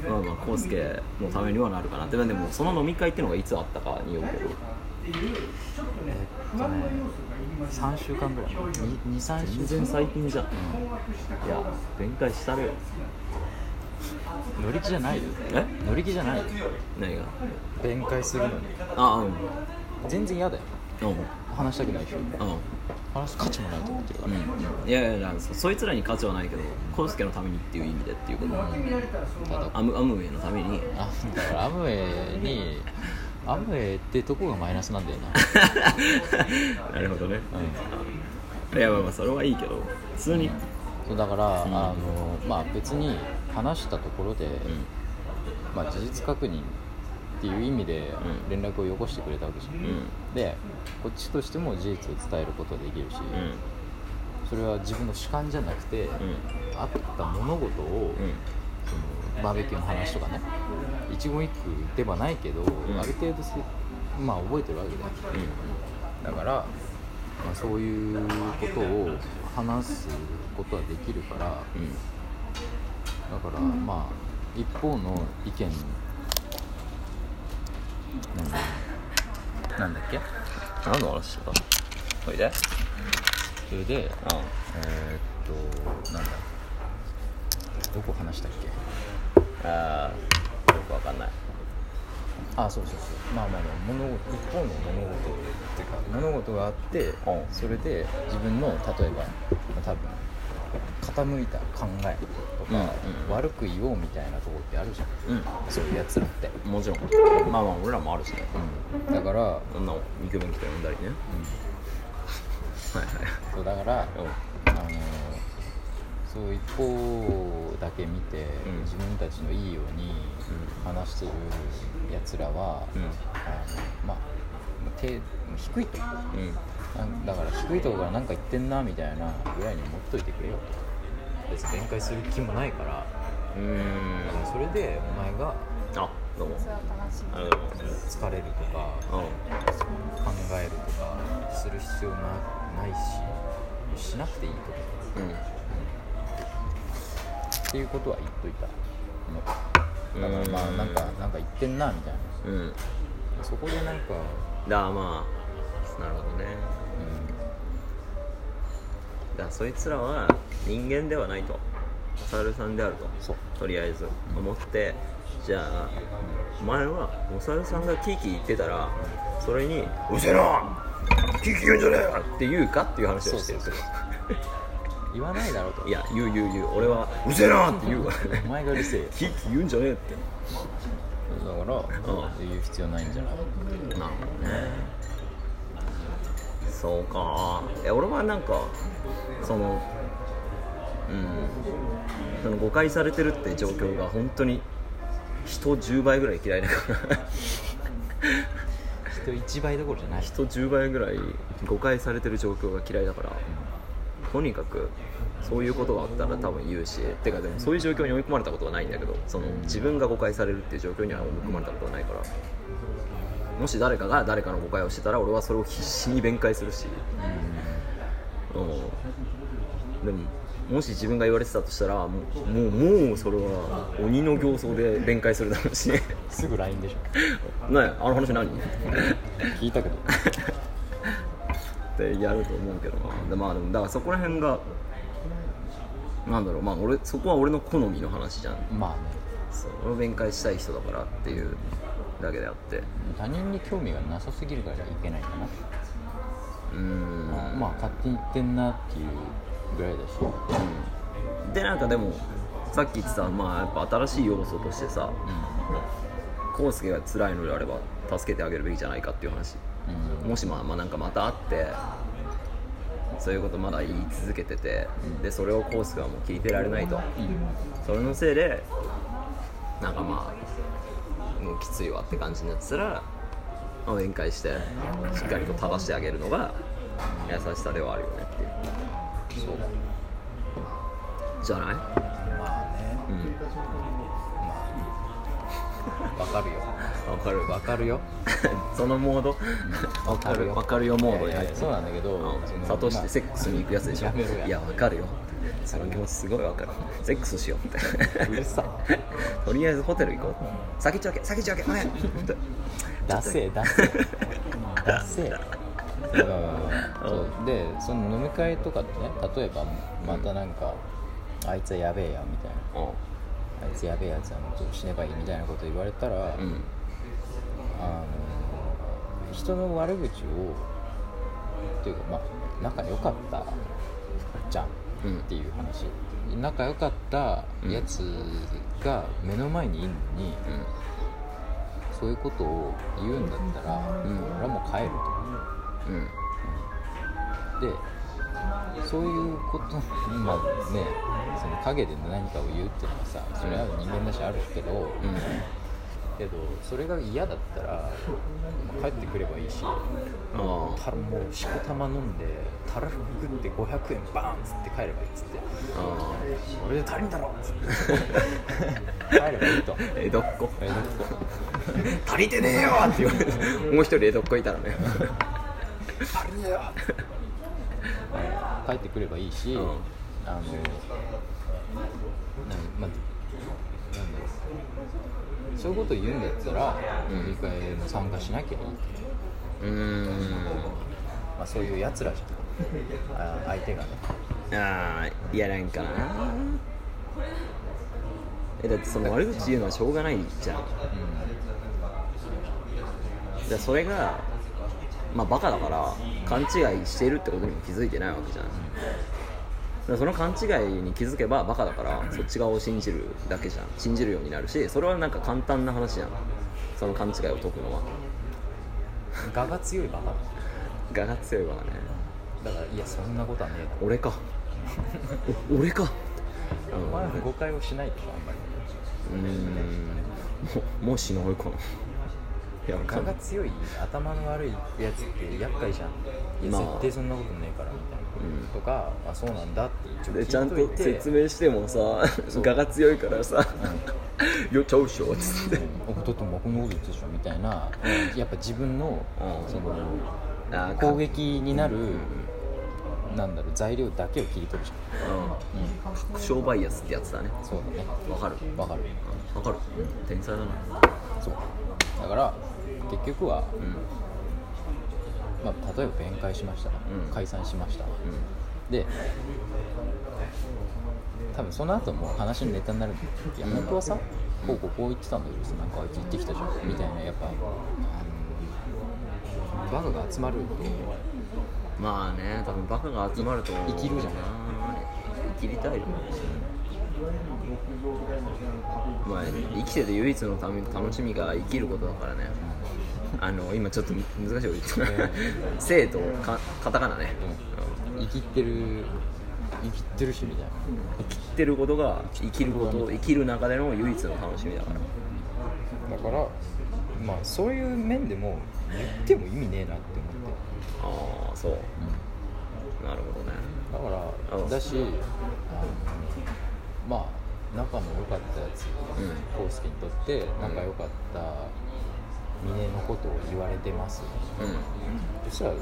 S2: う
S1: まあまあ康介のためにはなるかなってでもその飲み会っていうのがいつあったかによるけど
S2: んえっとね3週間ぐらい23週
S1: 全然最近じゃんいや弁解したれよ
S2: 乗り気じゃないよ
S1: え
S2: 乗り気じゃないよ
S1: 何が
S2: 弁解するのに
S1: あうん
S2: 全然嫌だよ
S1: うん
S2: 話したくないし
S1: う
S2: 話す価値もないと思ってるから、
S1: んいやいやいやそそいつらに価値はないけど康介のためにっていう意味でっていうこと
S2: ただ
S1: アムアムウェイのために
S2: あだからアムウェイにアムウェイってとこがマイナスなんだよな
S1: なるほどね
S2: うん
S1: いやまあまあそれはいいけど普通に
S2: そうだから、あのまあ別に話したところで、まあ、事実確認っていう意味で
S1: うん
S2: 連絡をよこしてくれたわけじゃん、
S1: うんうん
S2: でこっちとしても事実を伝えることはできるし、それは自分の主観じゃなくて、あった物事
S1: う
S2: を、
S1: ん
S2: そのバーベキューの話とかね一言一句ではないけど、
S1: ん
S2: ある程度せまあ覚えてるわけだよだから、まあ、そういうことを話すことはできるから、
S1: うんうん
S2: だからまあ一方の意見なんだなんだっけ
S1: 何の話してたおいで
S2: それで
S1: あ
S2: えーっとなんだどこ話したっけ
S1: あーよくわかんない
S2: あそうそうそうまあまあまあ物事一方の物事っていうか物事があって
S1: ん
S2: それで自分の例えば多分傾いた考えとか、
S1: うんうん
S2: 悪く言おうみたいなところってあるじゃん
S1: う
S2: そういうやつらって、
S1: んもちろんまあまあ俺らもあるしね
S2: うん、だから、うん
S1: こんな肉弁来て飲んだりねはい
S2: そうだから、
S1: はい
S2: あのそう一方だけ見て、
S1: うん
S2: 自分たちのいいように話してるやつらは、
S1: うん
S2: あのまあ低低いとこ
S1: うんうん
S2: なんだから低いとこから何か言ってんなみたいなぐらいに持っといてくれよと別に弁解する気もないから
S1: うーん
S2: だからそれでお前が
S1: あどうも
S3: それは楽し
S1: あ
S3: み
S1: りがとうございます
S2: 疲れるとか考えるとかする必要なないししなくていいとか
S1: うん
S2: っていうことは言っといたのだからまあ
S1: うん
S2: なんかなんか言ってんなみたい
S1: うんうんだか
S2: なそこでなんか、
S1: らまあなるほどね
S2: う
S1: だからそいつらは人間ではないとサルさんであると
S2: ん、そう
S1: とりあえず思ってじゃあお前はお猿さんがキーキー言ってたらそれに「うるせえな聞き言うんじゃねえ!」って言うかっていう話をしてるんですよ
S2: 言わないだろうと
S1: いや言う言う言う俺は「うるせえな!」って言うからね
S2: お前がうるせえよ
S1: 聞き言うんじゃねえって
S2: だから
S1: う
S2: 言う必要ないんじゃない
S1: なるほどねそうかえ俺はなんかそのうんその誤解されてるって状況が本当に人10倍ぐらい嫌いだから
S2: 人一倍どころじゃない
S1: 人10倍ぐらい誤解されてる状況が嫌いだからとにかくそういうことがあったら多分言うしてかでもそういう状況に追い込まれたことはないんだけどその自分が誤解されるっていう状況には追い込まれたことはないからもし誰かが誰かの誤解をしてたら俺はそれを必死に弁解するしうんでももし自分が言われてたとしたらもうもうもうそれは鬼の形相で弁解するだろうしね
S2: すぐ LINE でしょ
S1: ねえあの話何
S2: 聞いたけど
S1: ってやると思うけどなでまあでもだからそこら辺がなんだろうまあ俺そこは俺の好みの話じゃん
S2: まあね
S1: そう俺を弁解したい人だからっていうだけであって
S2: 他人に興味がなさすぎるからいけないかな、
S1: うーん
S2: まあ勝手に言ってんなっていうぐらいだし
S1: うんでなんかでもさっき言ってたまあやっぱ新しい要素としてさ康介が辛いのであれば助けてあげるべきじゃないかっていう話
S2: うん、
S1: もしまあまあなんかまた会ってそういうことまだ言い続けててでそれを康介はもう聞いてられないとそれのせいでなんかまあもうきついわって感じになってたら、まあ、弁解してしっかりと正してあげるのが優しさではあるよねっていう
S2: そう
S1: じゃない
S2: まあね
S1: うん
S2: わかるよ
S1: わかるわ
S2: わかるよ
S1: そのモードわかるわかるよモード
S2: い
S1: に
S2: や
S1: 入
S2: い
S1: っ
S2: や
S1: て
S2: そうなんだけどその
S1: 諭してセックスに行くやつでしょ
S2: やめろや
S1: いやわかるよその気持ちすごいわかるセックスしようって
S2: うるさい
S1: とりあえずホテル行こう先行っちゃうけ先行っちゃうけお願い本当に
S2: ダセえダセえダ セえだからそうでその飲み会とかでね例えばまたなんか、あいつはやべえやみたいなあいつやべえやつはもうちょっと死ねばいいみたいなこと言われたら、
S1: うんうん
S2: あの人の悪口をっていうかまあ仲良かったじゃん
S1: うん
S2: っていう話、仲良かったやつが目の前にいるのに、そういうことを言うんだったら、
S1: ん
S2: 俺はもう帰ると。
S1: うん
S2: でそういうことまあねその陰で何かを言うっていうのはさそれは人間だしあるけど、
S1: うん
S2: けどそれが嫌だったら、まあ帰ってくればいいし、
S1: ああ
S2: たもうしこたま飲んでたらふくって500円バーンっつって帰ればいいっつって
S1: あ
S2: それで足りんだろっつって帰ればいいと
S1: あ江戸っ子
S2: えなんか
S1: 足りてねえよって言われて もう一人江戸っ子いたらね
S2: 足りねえよっつってあの帰ってくればいいし、
S1: うん
S2: あのなんまあなんだろうそういうこと言うんだったら
S1: うん
S2: 飲み会も参加しなきゃいい、
S1: うーん
S2: まあ、そういうやつらじゃんあ相手がね
S1: ああいやなんかなえだってその悪口言うのはしょうがないじゃんじゃあそれがまあバカだから勘違いしているってことにも気づいてないわけじゃんだからその勘違いに気づけばバカだからそっち側を信じるだけじゃん信じるようになるしそれはなんか簡単な話じゃんその勘違いを解くのは
S2: うん我が強いバカ
S1: 我が強いわね
S2: だからいやそんなことはねえと
S1: 俺かお俺か
S2: お前は誤解をしないでしょあんまり
S1: うーんもうもうしないかないやわか
S2: 蚊
S1: んな
S2: が
S1: い
S2: 強い頭の悪いやつって厄介じゃんい
S1: ま
S2: や
S1: あ
S2: 絶対そんなことねえからみたいな、
S1: うん
S2: とかあそうなんだって一応
S1: でちゃん
S2: 聞い
S1: と
S2: いて
S1: 説明してもさ
S2: そう
S1: 我が強いからさ「よちゃうっしょ」っつって
S2: うんだってもうこんなこと言ってたでしょみたいなやっぱ自分の
S1: うん
S2: その
S1: あー
S2: 攻撃になるなんだろう材料だけを切り取るじ
S1: う
S2: ゃん、うん
S1: ん確証バイアスってやつだね
S2: そうだね
S1: わかる
S2: わかる
S1: わかる天才だな
S2: そうだから結局
S1: う
S2: は、
S1: ん
S2: まあ、例えば弁解しました、
S1: うん
S2: 解散しました、
S1: うん
S2: で多分その後も話のネタになるんだけどいや本当はさこうこうこう言ってたんだけどさなんかあいつ言ってきたじゃんみたいなやっぱあのバカが集まると
S1: まあね多分バカが集まると
S2: 生きるじゃない
S1: 生きりたいよねまあ生きてて唯一のため楽しみが生きることだからねあの今ちょっと難しいこと言った「生」とかカタカナね、
S2: 生きってる生きってるしみたいな
S1: 生きてることが生きること生きる中での唯一の楽しみだから
S2: だからまあそういう面でも言っても意味ねえなって思って、
S1: ああそうなるほどね
S2: だから、
S1: うん
S2: だしあのまあ仲の良かったやつ
S1: う
S2: 康介にとって仲良かった峰のことを言われてます、
S1: うん
S2: そしたら、ま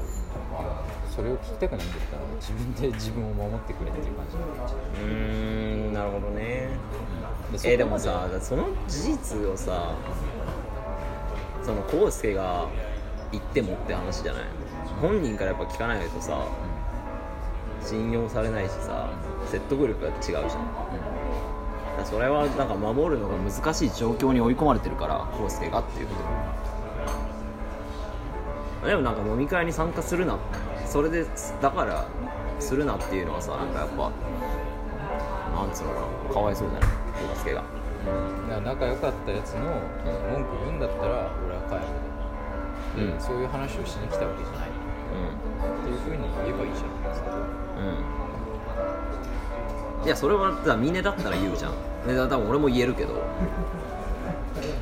S2: あ、それを聞きたくないんだったら自分で自分を守ってくれっていう感じ
S1: うーんなるほどね
S2: そこま
S1: えーでもさその事実をさその康介が言ってもって話じゃない本人からやっぱ聞かないとさ信用されないしさ説得力が違うじゃんだからそれはなんか守るのが難しい状況に追い込まれてるから康介がっていうことでもなんか飲み会に参加するなそれでだからするなっていうのはさなんかやっぱなんつうのかなかわいそうじゃない康介が
S2: うんだから仲良かったやつの文句言うんだったら俺は帰る、
S1: うん
S2: そういう話をしに来たわけじゃないっていうふうに言えばいいじゃん
S1: うんいやそれはさ峰だったら言うじゃんで多分俺も言えるけど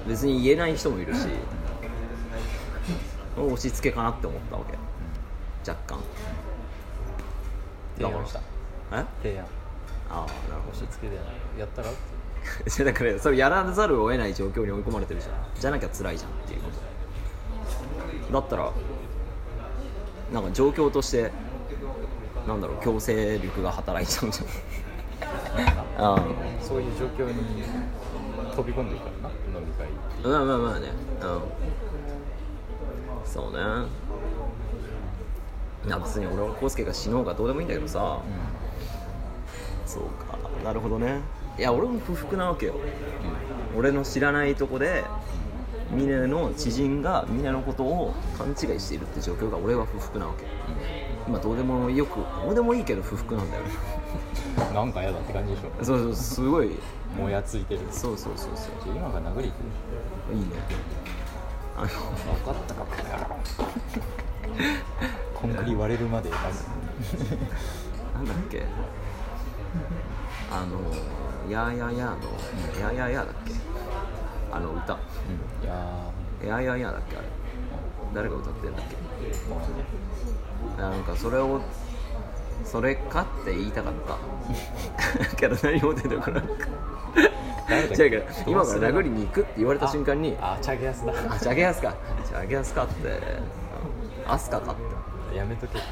S1: 別に言えない人もいるし押し付けかなって思ったわけ若干
S2: 提案した
S1: えあ
S2: 提案
S1: あなるほ
S2: 押し付けではないやったらって
S1: どじゃあだからそれやらざるを得ない状況に追い込まれてるじゃんじゃなきゃ辛いじゃんっていうことだったらなんか状況としてなんだろう強制力が働いちゃうんじ ゃんうん
S2: そういう状況に飛び込んでいくからな飲み会っていう
S1: まあまあまあねうんそうねな別に俺は康介が死のうがどうでもいいんだけどさ、そうかなるほどねいや俺も不服なわけよ、俺の知らないとこで峰の知人が峰のことを勘違いしているって状況が俺は不服なわけ、今どうでもよくどうでもいいけど不服なんだよね
S2: なんか嫌だって感じでし ょ
S1: そうそうすごい
S2: もやついてる
S1: そうそうそうそ
S2: じゃあ今が殴り行
S1: ういいねあの
S2: く分かったかこの野郎コンクリ割れるまで殴る
S1: なんだっけあの「やーやーやーの」やーやーやーだっけあの歌
S2: うんいや
S1: 「やーやーやーだっけあれ誰が歌ってんだっけ
S2: ーもうね
S1: なんかそれをそれかって言いたかった けど何も出てこなく
S2: 誰だっけ
S1: 違うけど今から殴りに行くって言われた瞬間に「
S2: あチャゲアスだ
S1: あじゃあげやすかじゃあげやすか」って「あすか」かって
S2: やめとけって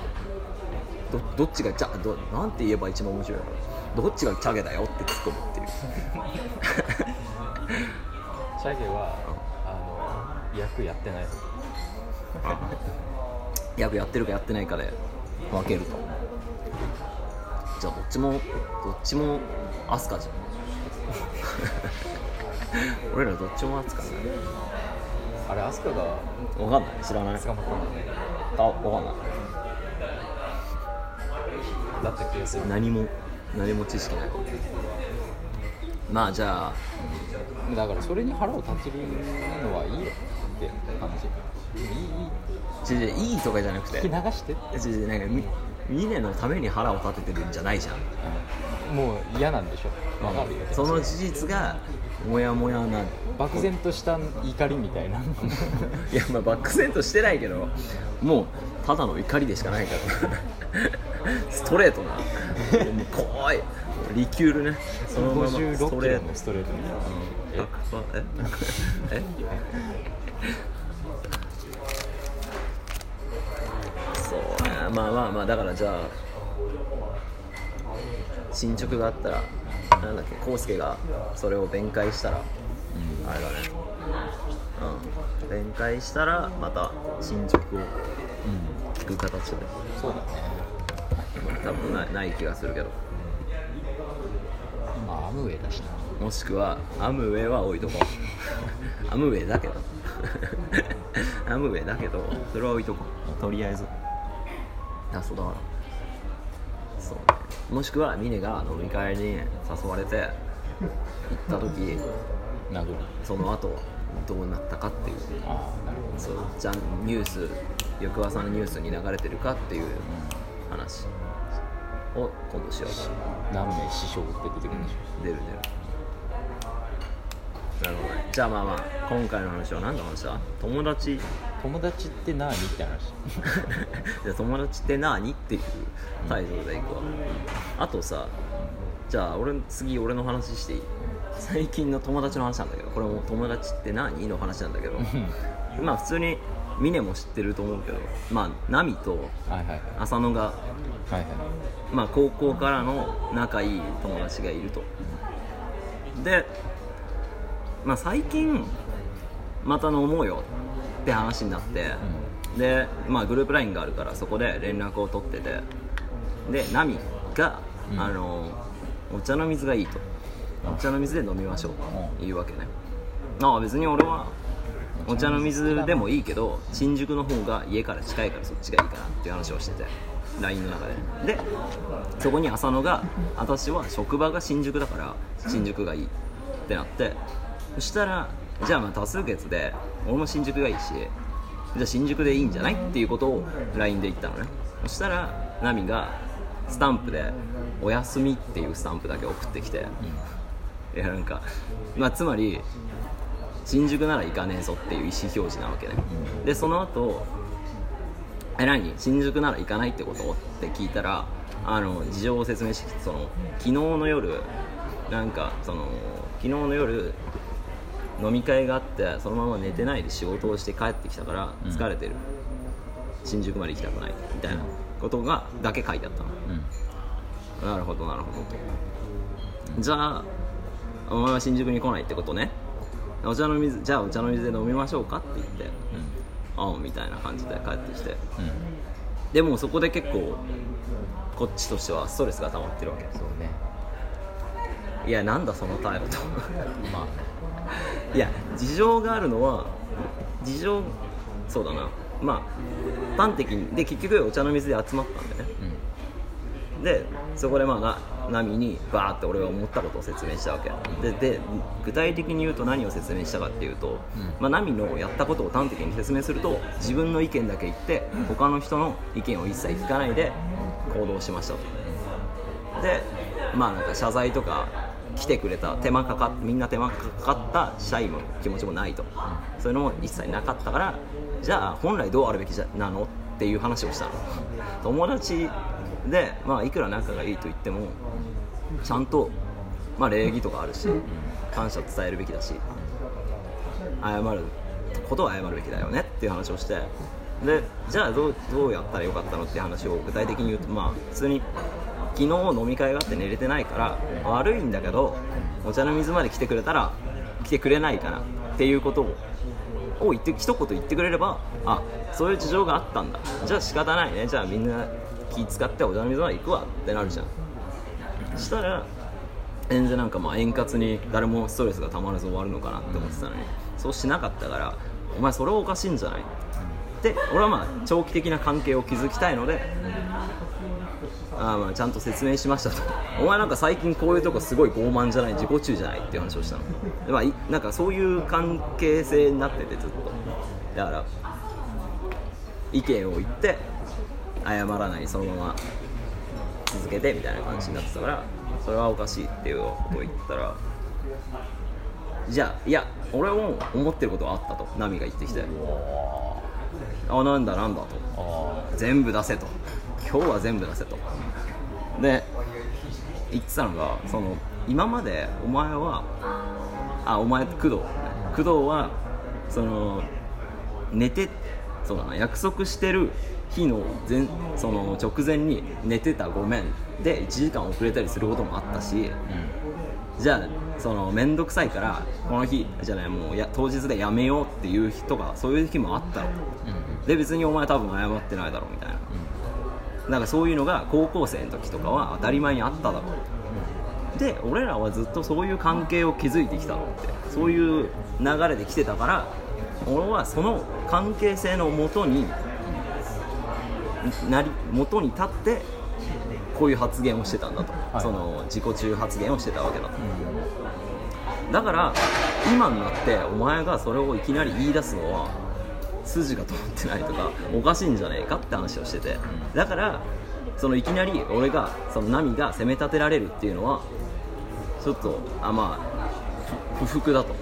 S1: どどっちがチャどなんて言えば一番面白いのどっちがチャゲだよって突っ込むっていう
S2: チャゲはあの役やってない
S1: 役やってるかやってないかで分けるとじゃあどっちもどっちもアスカじゃん 俺らどっちもアスカだね
S2: あれアスカが
S1: 分かんない知らない
S2: 捕まったんだね
S1: あ分かんない
S2: だった気がする
S1: 何も何も知識ないわまあじゃあ
S2: だからそれに腹を立てるのはいいよって感じいい
S1: ちょちょいいとかじゃなくて
S2: いい聞き流してって
S1: ちょちょなんかみミネのために腹を立ててるんじゃないじゃん
S2: もう嫌なんでしょわかるよ
S1: その事実がモヤモヤな
S2: 漠然とした怒りみたいな
S1: いやまあバックセントしてないけどもうただの怒りでしかないからストレートなもう怖いリキュールねそのまま
S2: 56
S1: スト
S2: キ
S1: レー
S2: ロ
S1: ト
S2: のストレートみたいな
S1: えええそうねまあまあまあだからじゃあ進捗があったらなんだっけ康介がそれを弁解したら、あれだねうん弁解したらまた進捗を聞く形で
S2: そうだね
S1: 多分ないない気がするけど
S2: まあアムウェイだしな
S1: もしくはアムウェイは置いとこうアムウェイだけどラムウェイだけどそれは置いとこうとりあえずあそうだからそうねもしくは峰が飲み会に誘われて行った時
S2: 殴る
S1: その後どうなったかっていう
S2: ああなるほど
S1: そうじゃあニュース翌朝のニュースに流れてるかっていう
S2: う
S1: 話を今度しようと
S2: ん何名師匠って出てくるんでしょ
S1: 出る出るなるほどねじゃあまあまあ今回の話は何の話だ友達
S2: 友達って何って話
S1: じゃあ友達って何っていうタイトルでいくわ、あとさじゃあ俺次俺の話していい最近の友達の話なんだけどこれも友達って何の話なんだけどまあ普通にミネも知ってると思うけどまあナミと
S2: はいはいはい
S1: 浅野が
S2: はいはい
S1: まあ、高校からの仲いい友達がいるとで、まあ、最近また飲もうよって話になって、で、まあ、グループ LINE があるからそこで連絡を取っててでナミが、
S2: うん
S1: あのお茶の水がいいと
S2: うん
S1: お茶の水で飲みましょう
S2: う
S1: というわけねああ別に俺はお茶の水でもいいけど新宿の方が家から近いからそっちがいいかなっていう話をしてて LINE の中ででそこに浅野が「私は職場が新宿だから新宿がいい」ってなってそしたらじゃあまあ多数決で俺も新宿がいいしじゃあ新宿でいいんじゃないっていうことを LINE で言ったのねそしたらナミがスタンプで「おやすみ」っていうスタンプだけ送ってきて、いやなんか、まあ、つまり新宿なら行かねえぞっていう意思表示なわけね、でその後え何新宿なら行かないってこと?」って聞いたらあの事情を説明してきてその昨日の夜なんかその昨日の夜飲み会があってそのまま寝てないで仕事をして帰ってきたから
S2: うん
S1: 疲れてる、新宿まで行きたくないみたいなことがだけ書いてあったの
S2: うん
S1: なるほどなるほどじゃあお前は新宿に来ないってことねお茶の水じゃあお茶の水で飲みましょうかって言ってああみたいな感じで帰ってきて
S2: うんうん
S1: でもそこで結構こっちとしてはストレスが溜まってるわけですよ
S2: そうね
S1: いやなんだその態度と
S2: まあね
S1: いや事情があるのは事情そうだなまあ端的にで結局お茶の水で集まったんだよね
S2: うん
S1: でそこでまあな波にバーって俺は思ったことを説明したわけでで具体的に言うと何を説明したかっていうと、まあ、波のやったことを端的に説明すると自分の意見だけ言って他の人の意見を一切聞かないで行動しましたとでまあなんか謝罪とか来てくれた手間かかっみんな手間かかった社員の気持ちもないと、そういうのも一切なかったからじゃあ本来どうあるべきじゃなのっていう話をしたの 友達で、まあ、いくら仲がいいと言ってもちゃんと、まあ、礼儀とかあるし感謝伝えるべきだし謝ることは謝るべきだよねっていう話をしてでじゃあどうどうやったらよかったのって話を具体的に言うとまあ普通に昨日飲み会があって寝れてないから悪いんだけどお茶の水まで来てくれたら来てくれないかなっていうことをを言って一言言ってくれればあそういう事情があったんだじゃあ仕方ないねじゃあみんな気使ってお茶の水まで行くわってなるじゃんそしたら全然なんかまあ円滑に誰もストレスがたまらず終わるのかなって思ってたのに、そうしなかったからお前それはおかしいんじゃないで俺はまあ長期的な関係を築きたいので、あーまあちゃんと説明しましたとお前なんか最近こういうとこすごい傲慢じゃない自己中じゃないっていう話をしたので、まあ、いなんかそういう関係性になっててずっとだから意見を言って謝らないそのまま続けてみたいな感じになってたからそれはおかしいっていうことを言ったらじゃあいや俺も思ってることはあったとナミが言ってきてあなんだなんだと
S2: あ
S1: 全部出せと今日は全部出せとで言ってたのがその今までお前はあお前工藤工藤はその寝てそうだな約束してる日の前その直前に寝てたごめんで1時間遅れたりすることもあったし
S2: あうん
S1: じゃあその面倒くさいからこの日じゃないもうや当日でやめようっていう日とかそういう日もあったろ
S2: うん
S1: で別にお前多分謝ってないだろみたいな、なんかそういうのが高校生の時とかは当たり前にあっただろう、で俺らはずっとそういう関係を築いてきたのってそういう流れで来てたから俺はその関係性のもとになり元に立ってこういう発言をしてたんだと、
S2: はい
S1: その自己中発言をしてたわけだと、だから今になってお前がそれをいきなり言い出すのは筋が通ってないとかおかしいんじゃねえかって話をしててだからそのいきなり俺がその波が責め立てられるっていうのはちょっとあまあふ不服だと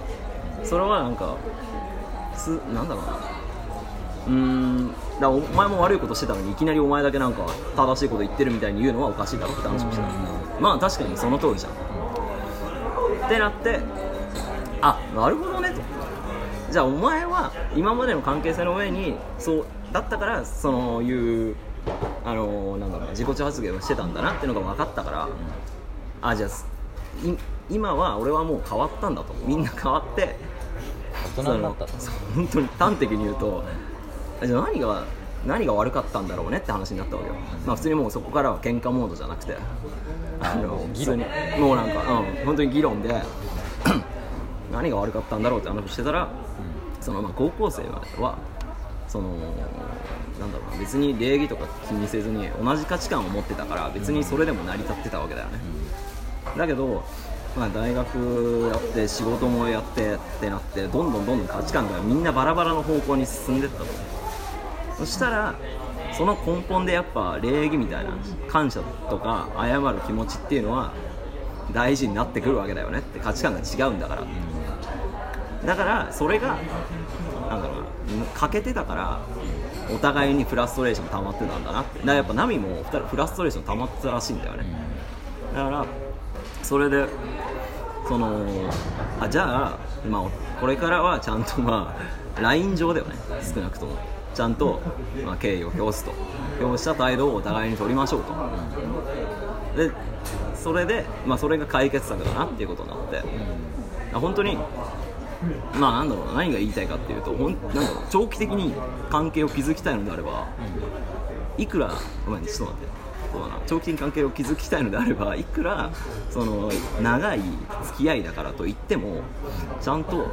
S1: それはなんかすなんだろうなうーんだからお前も悪いことしてたのにいきなりお前だけなんか正しいこと言ってるみたいに言うのはおかしいだろって話をしてたまあ確かにその通りじゃんってなってあなるほどねとじゃあお前は今までの関係性の上にそうだったからそのいうあのなんだろうな自己中発言をしてたんだなっていうのが分かったからあじゃあすい今は俺はもう変わったんだとみんな変わって
S2: 大人になったと
S1: そのそう本当に端的に言うとじゃあ何が何が悪かったんだろうねって話になったわけよ、まあ、普通にもうそこからは喧嘩モードじゃなくてあの
S2: 議論
S1: 普通にもうなんか、うん、本当に議論で 何が悪かったんだろうって話をしてたら、そのまあ高校生ははそのなんだろうな別に礼儀とか気にせずに同じ価値観を持ってたから別にそれでも成り立ってたわけだよね、だけど、まあ、大学やって仕事もやってってなってどんどんどんどん価値観がみんなバラバラの方向に進んでったとそしたらその根本でやっぱ礼儀みたいな感謝とか謝る気持ちっていうのは大事になってくるわけだよねって価値観が違うんだから、だからそれがなんだろうな欠けてたからお互いにフラストレーション溜まってたんだなってだからやっぱナミも二人フラストレーション溜まってたらしいんだよね、だからそれでそのあじゃあ、まあ、これからはちゃんと、まあ、LINE 上ではね少なくともちゃんと、まあ、敬意を表すと表した態度をお互いに取りましょうとでそれで、まあ、それが解決策だなっていうことになって本当にまあなんだろうな何が言いたいかっていうとほんなんだろう長期的に関係を築きたいのであれば、いくらごめんちょっと待ってそうだな長期的に関係を築きたいのであればいくらその長い付き合いだからといってもちゃんと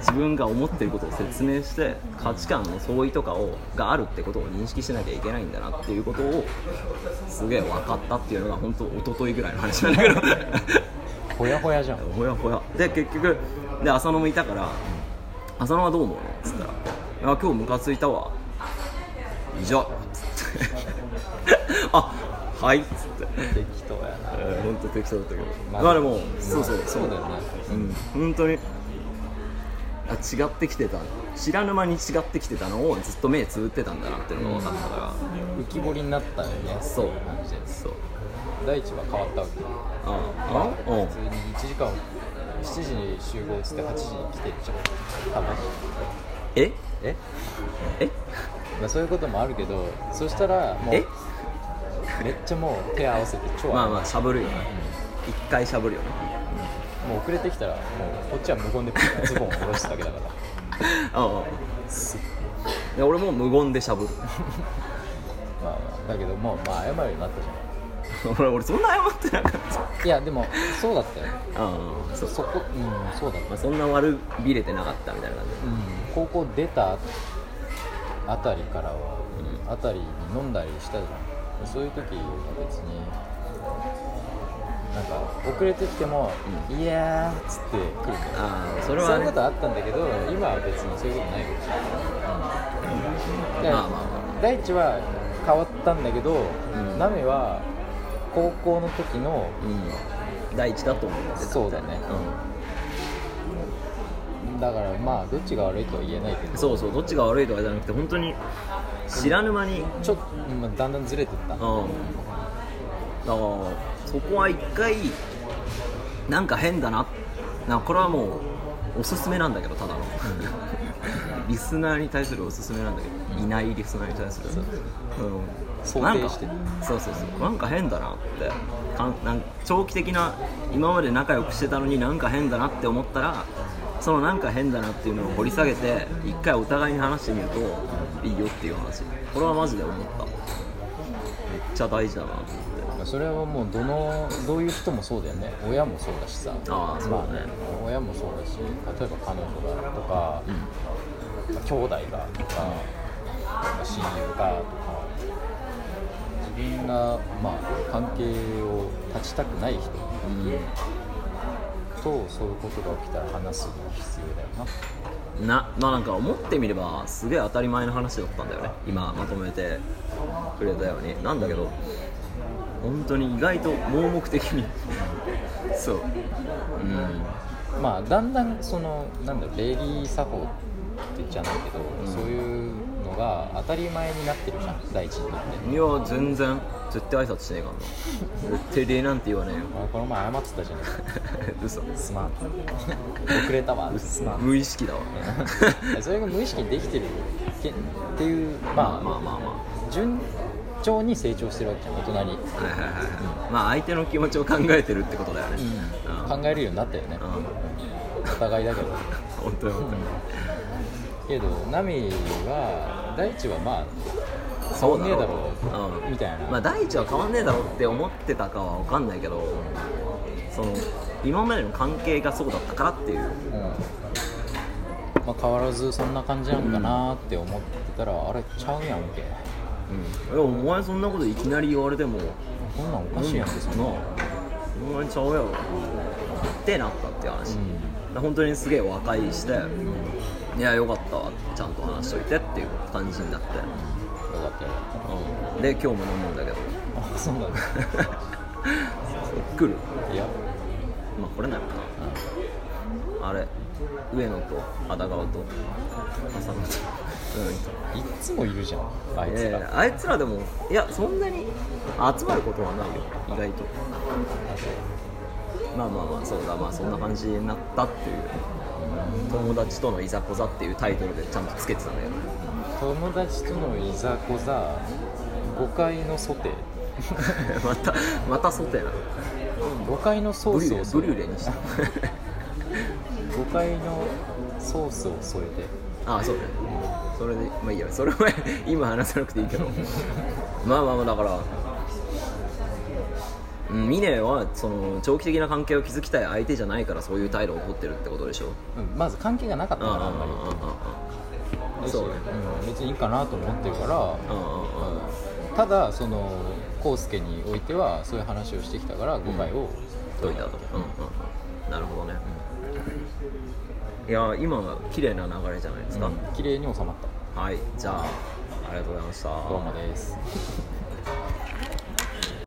S1: 自分が思ってることを説明して価値観の相違とかをがあるってことを認識しなきゃいけないんだなっていうことをすげえ分かったっていうのが本当一昨日ぐらいの話なんだけど。
S2: ほやほやじゃん
S1: ほやほやで結局で浅野もいたから「浅野はどう思うの?」っつったら「あ今日ムカついたわ」以上っつって 「あはい」っつって
S2: 適当やな
S1: 本当適当だったけど
S2: ま
S1: ま
S2: あ
S1: あ、でもそうそう
S2: そうだよね
S1: うん本当にあ違ってきてた知らぬ間に違ってきてたのをずっと目つぶってたんだなっていうのが分かったから、
S2: 浮き彫りになったよね
S1: そう
S2: ってい感じです
S1: そう
S2: 大地は変わったわけ
S1: あああうん
S2: 普通に1時間7時に集合っつって8時に来てっちゃう多分
S1: え
S2: え、
S1: え
S2: まあ、そういうこともあるけどそしたらもう
S1: え
S2: めっちゃもう手合わせて超
S1: まあまあしゃぶるよね一回しゃぶるよね
S2: もう遅れてきたらもうこっちは無言でズボンを下ろした だけだから
S1: ああで俺も無言でしゃぶる
S2: まあまあだけどもうまあ謝るようになったじゃ
S1: 俺俺そんな謝ってなかった
S2: んいやでもそうだったよ
S1: ああそ、
S2: そうそこうんそうだった
S1: まあ、そんな悪びれてなかったみたいな感
S2: うん高校出たあたりからは、あたりに飲んだりしたじゃんそういう時は別になんか遅れてきても「いやー」っつって来る
S1: じ
S2: か
S1: ああそ
S2: ら
S1: れ
S2: そう
S1: は
S2: いう
S1: ね
S2: ことあったんだけど今は別にそういうことないわけじゃん、
S1: まあまあ
S2: うん
S1: ま
S2: 大地は変わったんだけど、
S1: ん
S2: ナメは高校の時の
S1: あうん第一だと思うんだけど
S2: そうだねだからまあどっちが悪いとは言えないけ
S1: うん
S2: ど
S1: そうそうどっちが悪いとかじゃなくて本当に知らぬ間にうん
S2: ちょっと、まあだんだんずれてった
S1: だからそこは一回なんか変だななんかこれはもうおすすめなんだけどただのリスナーに対するおすすめなんだけどいないリスナーに対する、うん、
S2: 想定して
S1: なんかそうそうそうなんか変だなってかんなん長期的な今まで仲良くしてたのになんか変だなって思ったらそのなんか変だなっていうのを掘り下げて一回お互いに話してみるといいよっていう話これはマジで思っためっちゃ大事だなと思って
S2: それはもうどのどういう人もそうだよね親もそうだしさ
S1: ああそうだね
S2: まあ親もそうだし例えば彼女だとか、兄弟がとかなんか親友がとか自分が、まあ、関係を断ちたくない人とそういうことが起きたら話す必要だよな
S1: なまあなんか思ってみればすげえ当たり前の話だったんだよね今まとめてくれたようになんだけど本当に意外と盲目的に そううん
S2: まあだんだんそのなんだろう礼儀作法ってじゃないけど、
S1: ん
S2: そういうのが当たり前になってるじゃん第一になって
S1: いや全然絶対挨拶しねえからな絶対礼なんて言わねえよ
S2: あこの前謝ってたじゃない
S1: 嘘
S2: すまん 遅れたわすまん
S1: 無意識だわ
S2: それが無意識にできてるけっていう
S1: ま
S2: ま
S1: あ
S2: あ、
S1: まあまあま
S2: 順調に成長してるわけじゃ
S1: あ
S2: ん大人に、
S1: はいはいはいはいまあ相手の気持ちを考えてるってことだよねうん
S2: 考えるようになったよね、
S1: うん
S2: お互いだけど
S1: 本当に本当に
S2: けどナミは大地はまあ
S1: そうだ
S2: 変わんね
S1: ろ
S2: えだろう、
S1: うん
S2: みたいな、
S1: まあ、第一は変わんねえだろうって思ってたかは分かんないけどその今までの関係がそうだったからっていう
S2: うんまあ、変わらずそんな感じなんかなって思ってたら、あれちゃうやん
S1: い
S2: け
S1: やお前そんなこといきなり言われても
S2: こんなんおかしいやんけ、そんな、うん
S1: お前ちゃうやろってなったっていう話、本当にすげえ和解して、いやよかったわちゃんと話しといてっていう感じになって、
S2: よかったよかっ
S1: で今日も飲むんだけど
S2: たあそうなんだ
S1: 来る
S2: いや、
S1: まあこれなのかなあれ上野と安田川と浅野とうん
S2: うん、いっつもいるじゃんあいつ
S1: え
S2: ら、
S1: ーあいつらでもいやそんなに集まることはないよ意外とまあまあまあそうだまあそんな感じになったっていう友達とのいざこざっていうタイトルでちゃんとつけてたんだよね
S2: 友達とのいざこざ5階のソテー
S1: またまたソテーなの
S2: 5階のソー
S1: ブリ
S2: ス
S1: ュレ
S2: を添
S1: ブリ
S2: え
S1: ュレ
S2: て
S1: にした
S2: 5階のソースを添えて
S1: ああそうだねそれでまあいいやそれは今話さなくていいけどまあまあまあだからうんミネはその長期的な関係を築きたい相手じゃないからそういう態度を取ってるってことでしょ
S2: うんまず関係がなかった
S1: うんうん
S2: か
S1: う
S2: らあんまり
S1: ん
S2: だし
S1: そうね
S2: うん、別にいいかなと思ってるから、
S1: うんうん
S2: ただその康介においてはそういう話をしてきたから誤解を
S1: 解いたとうんうんうんなるほどねいや今綺麗な流れじゃないですか
S2: うん綺麗に収まっ
S1: はいじゃあありがとうございました
S2: たどうもです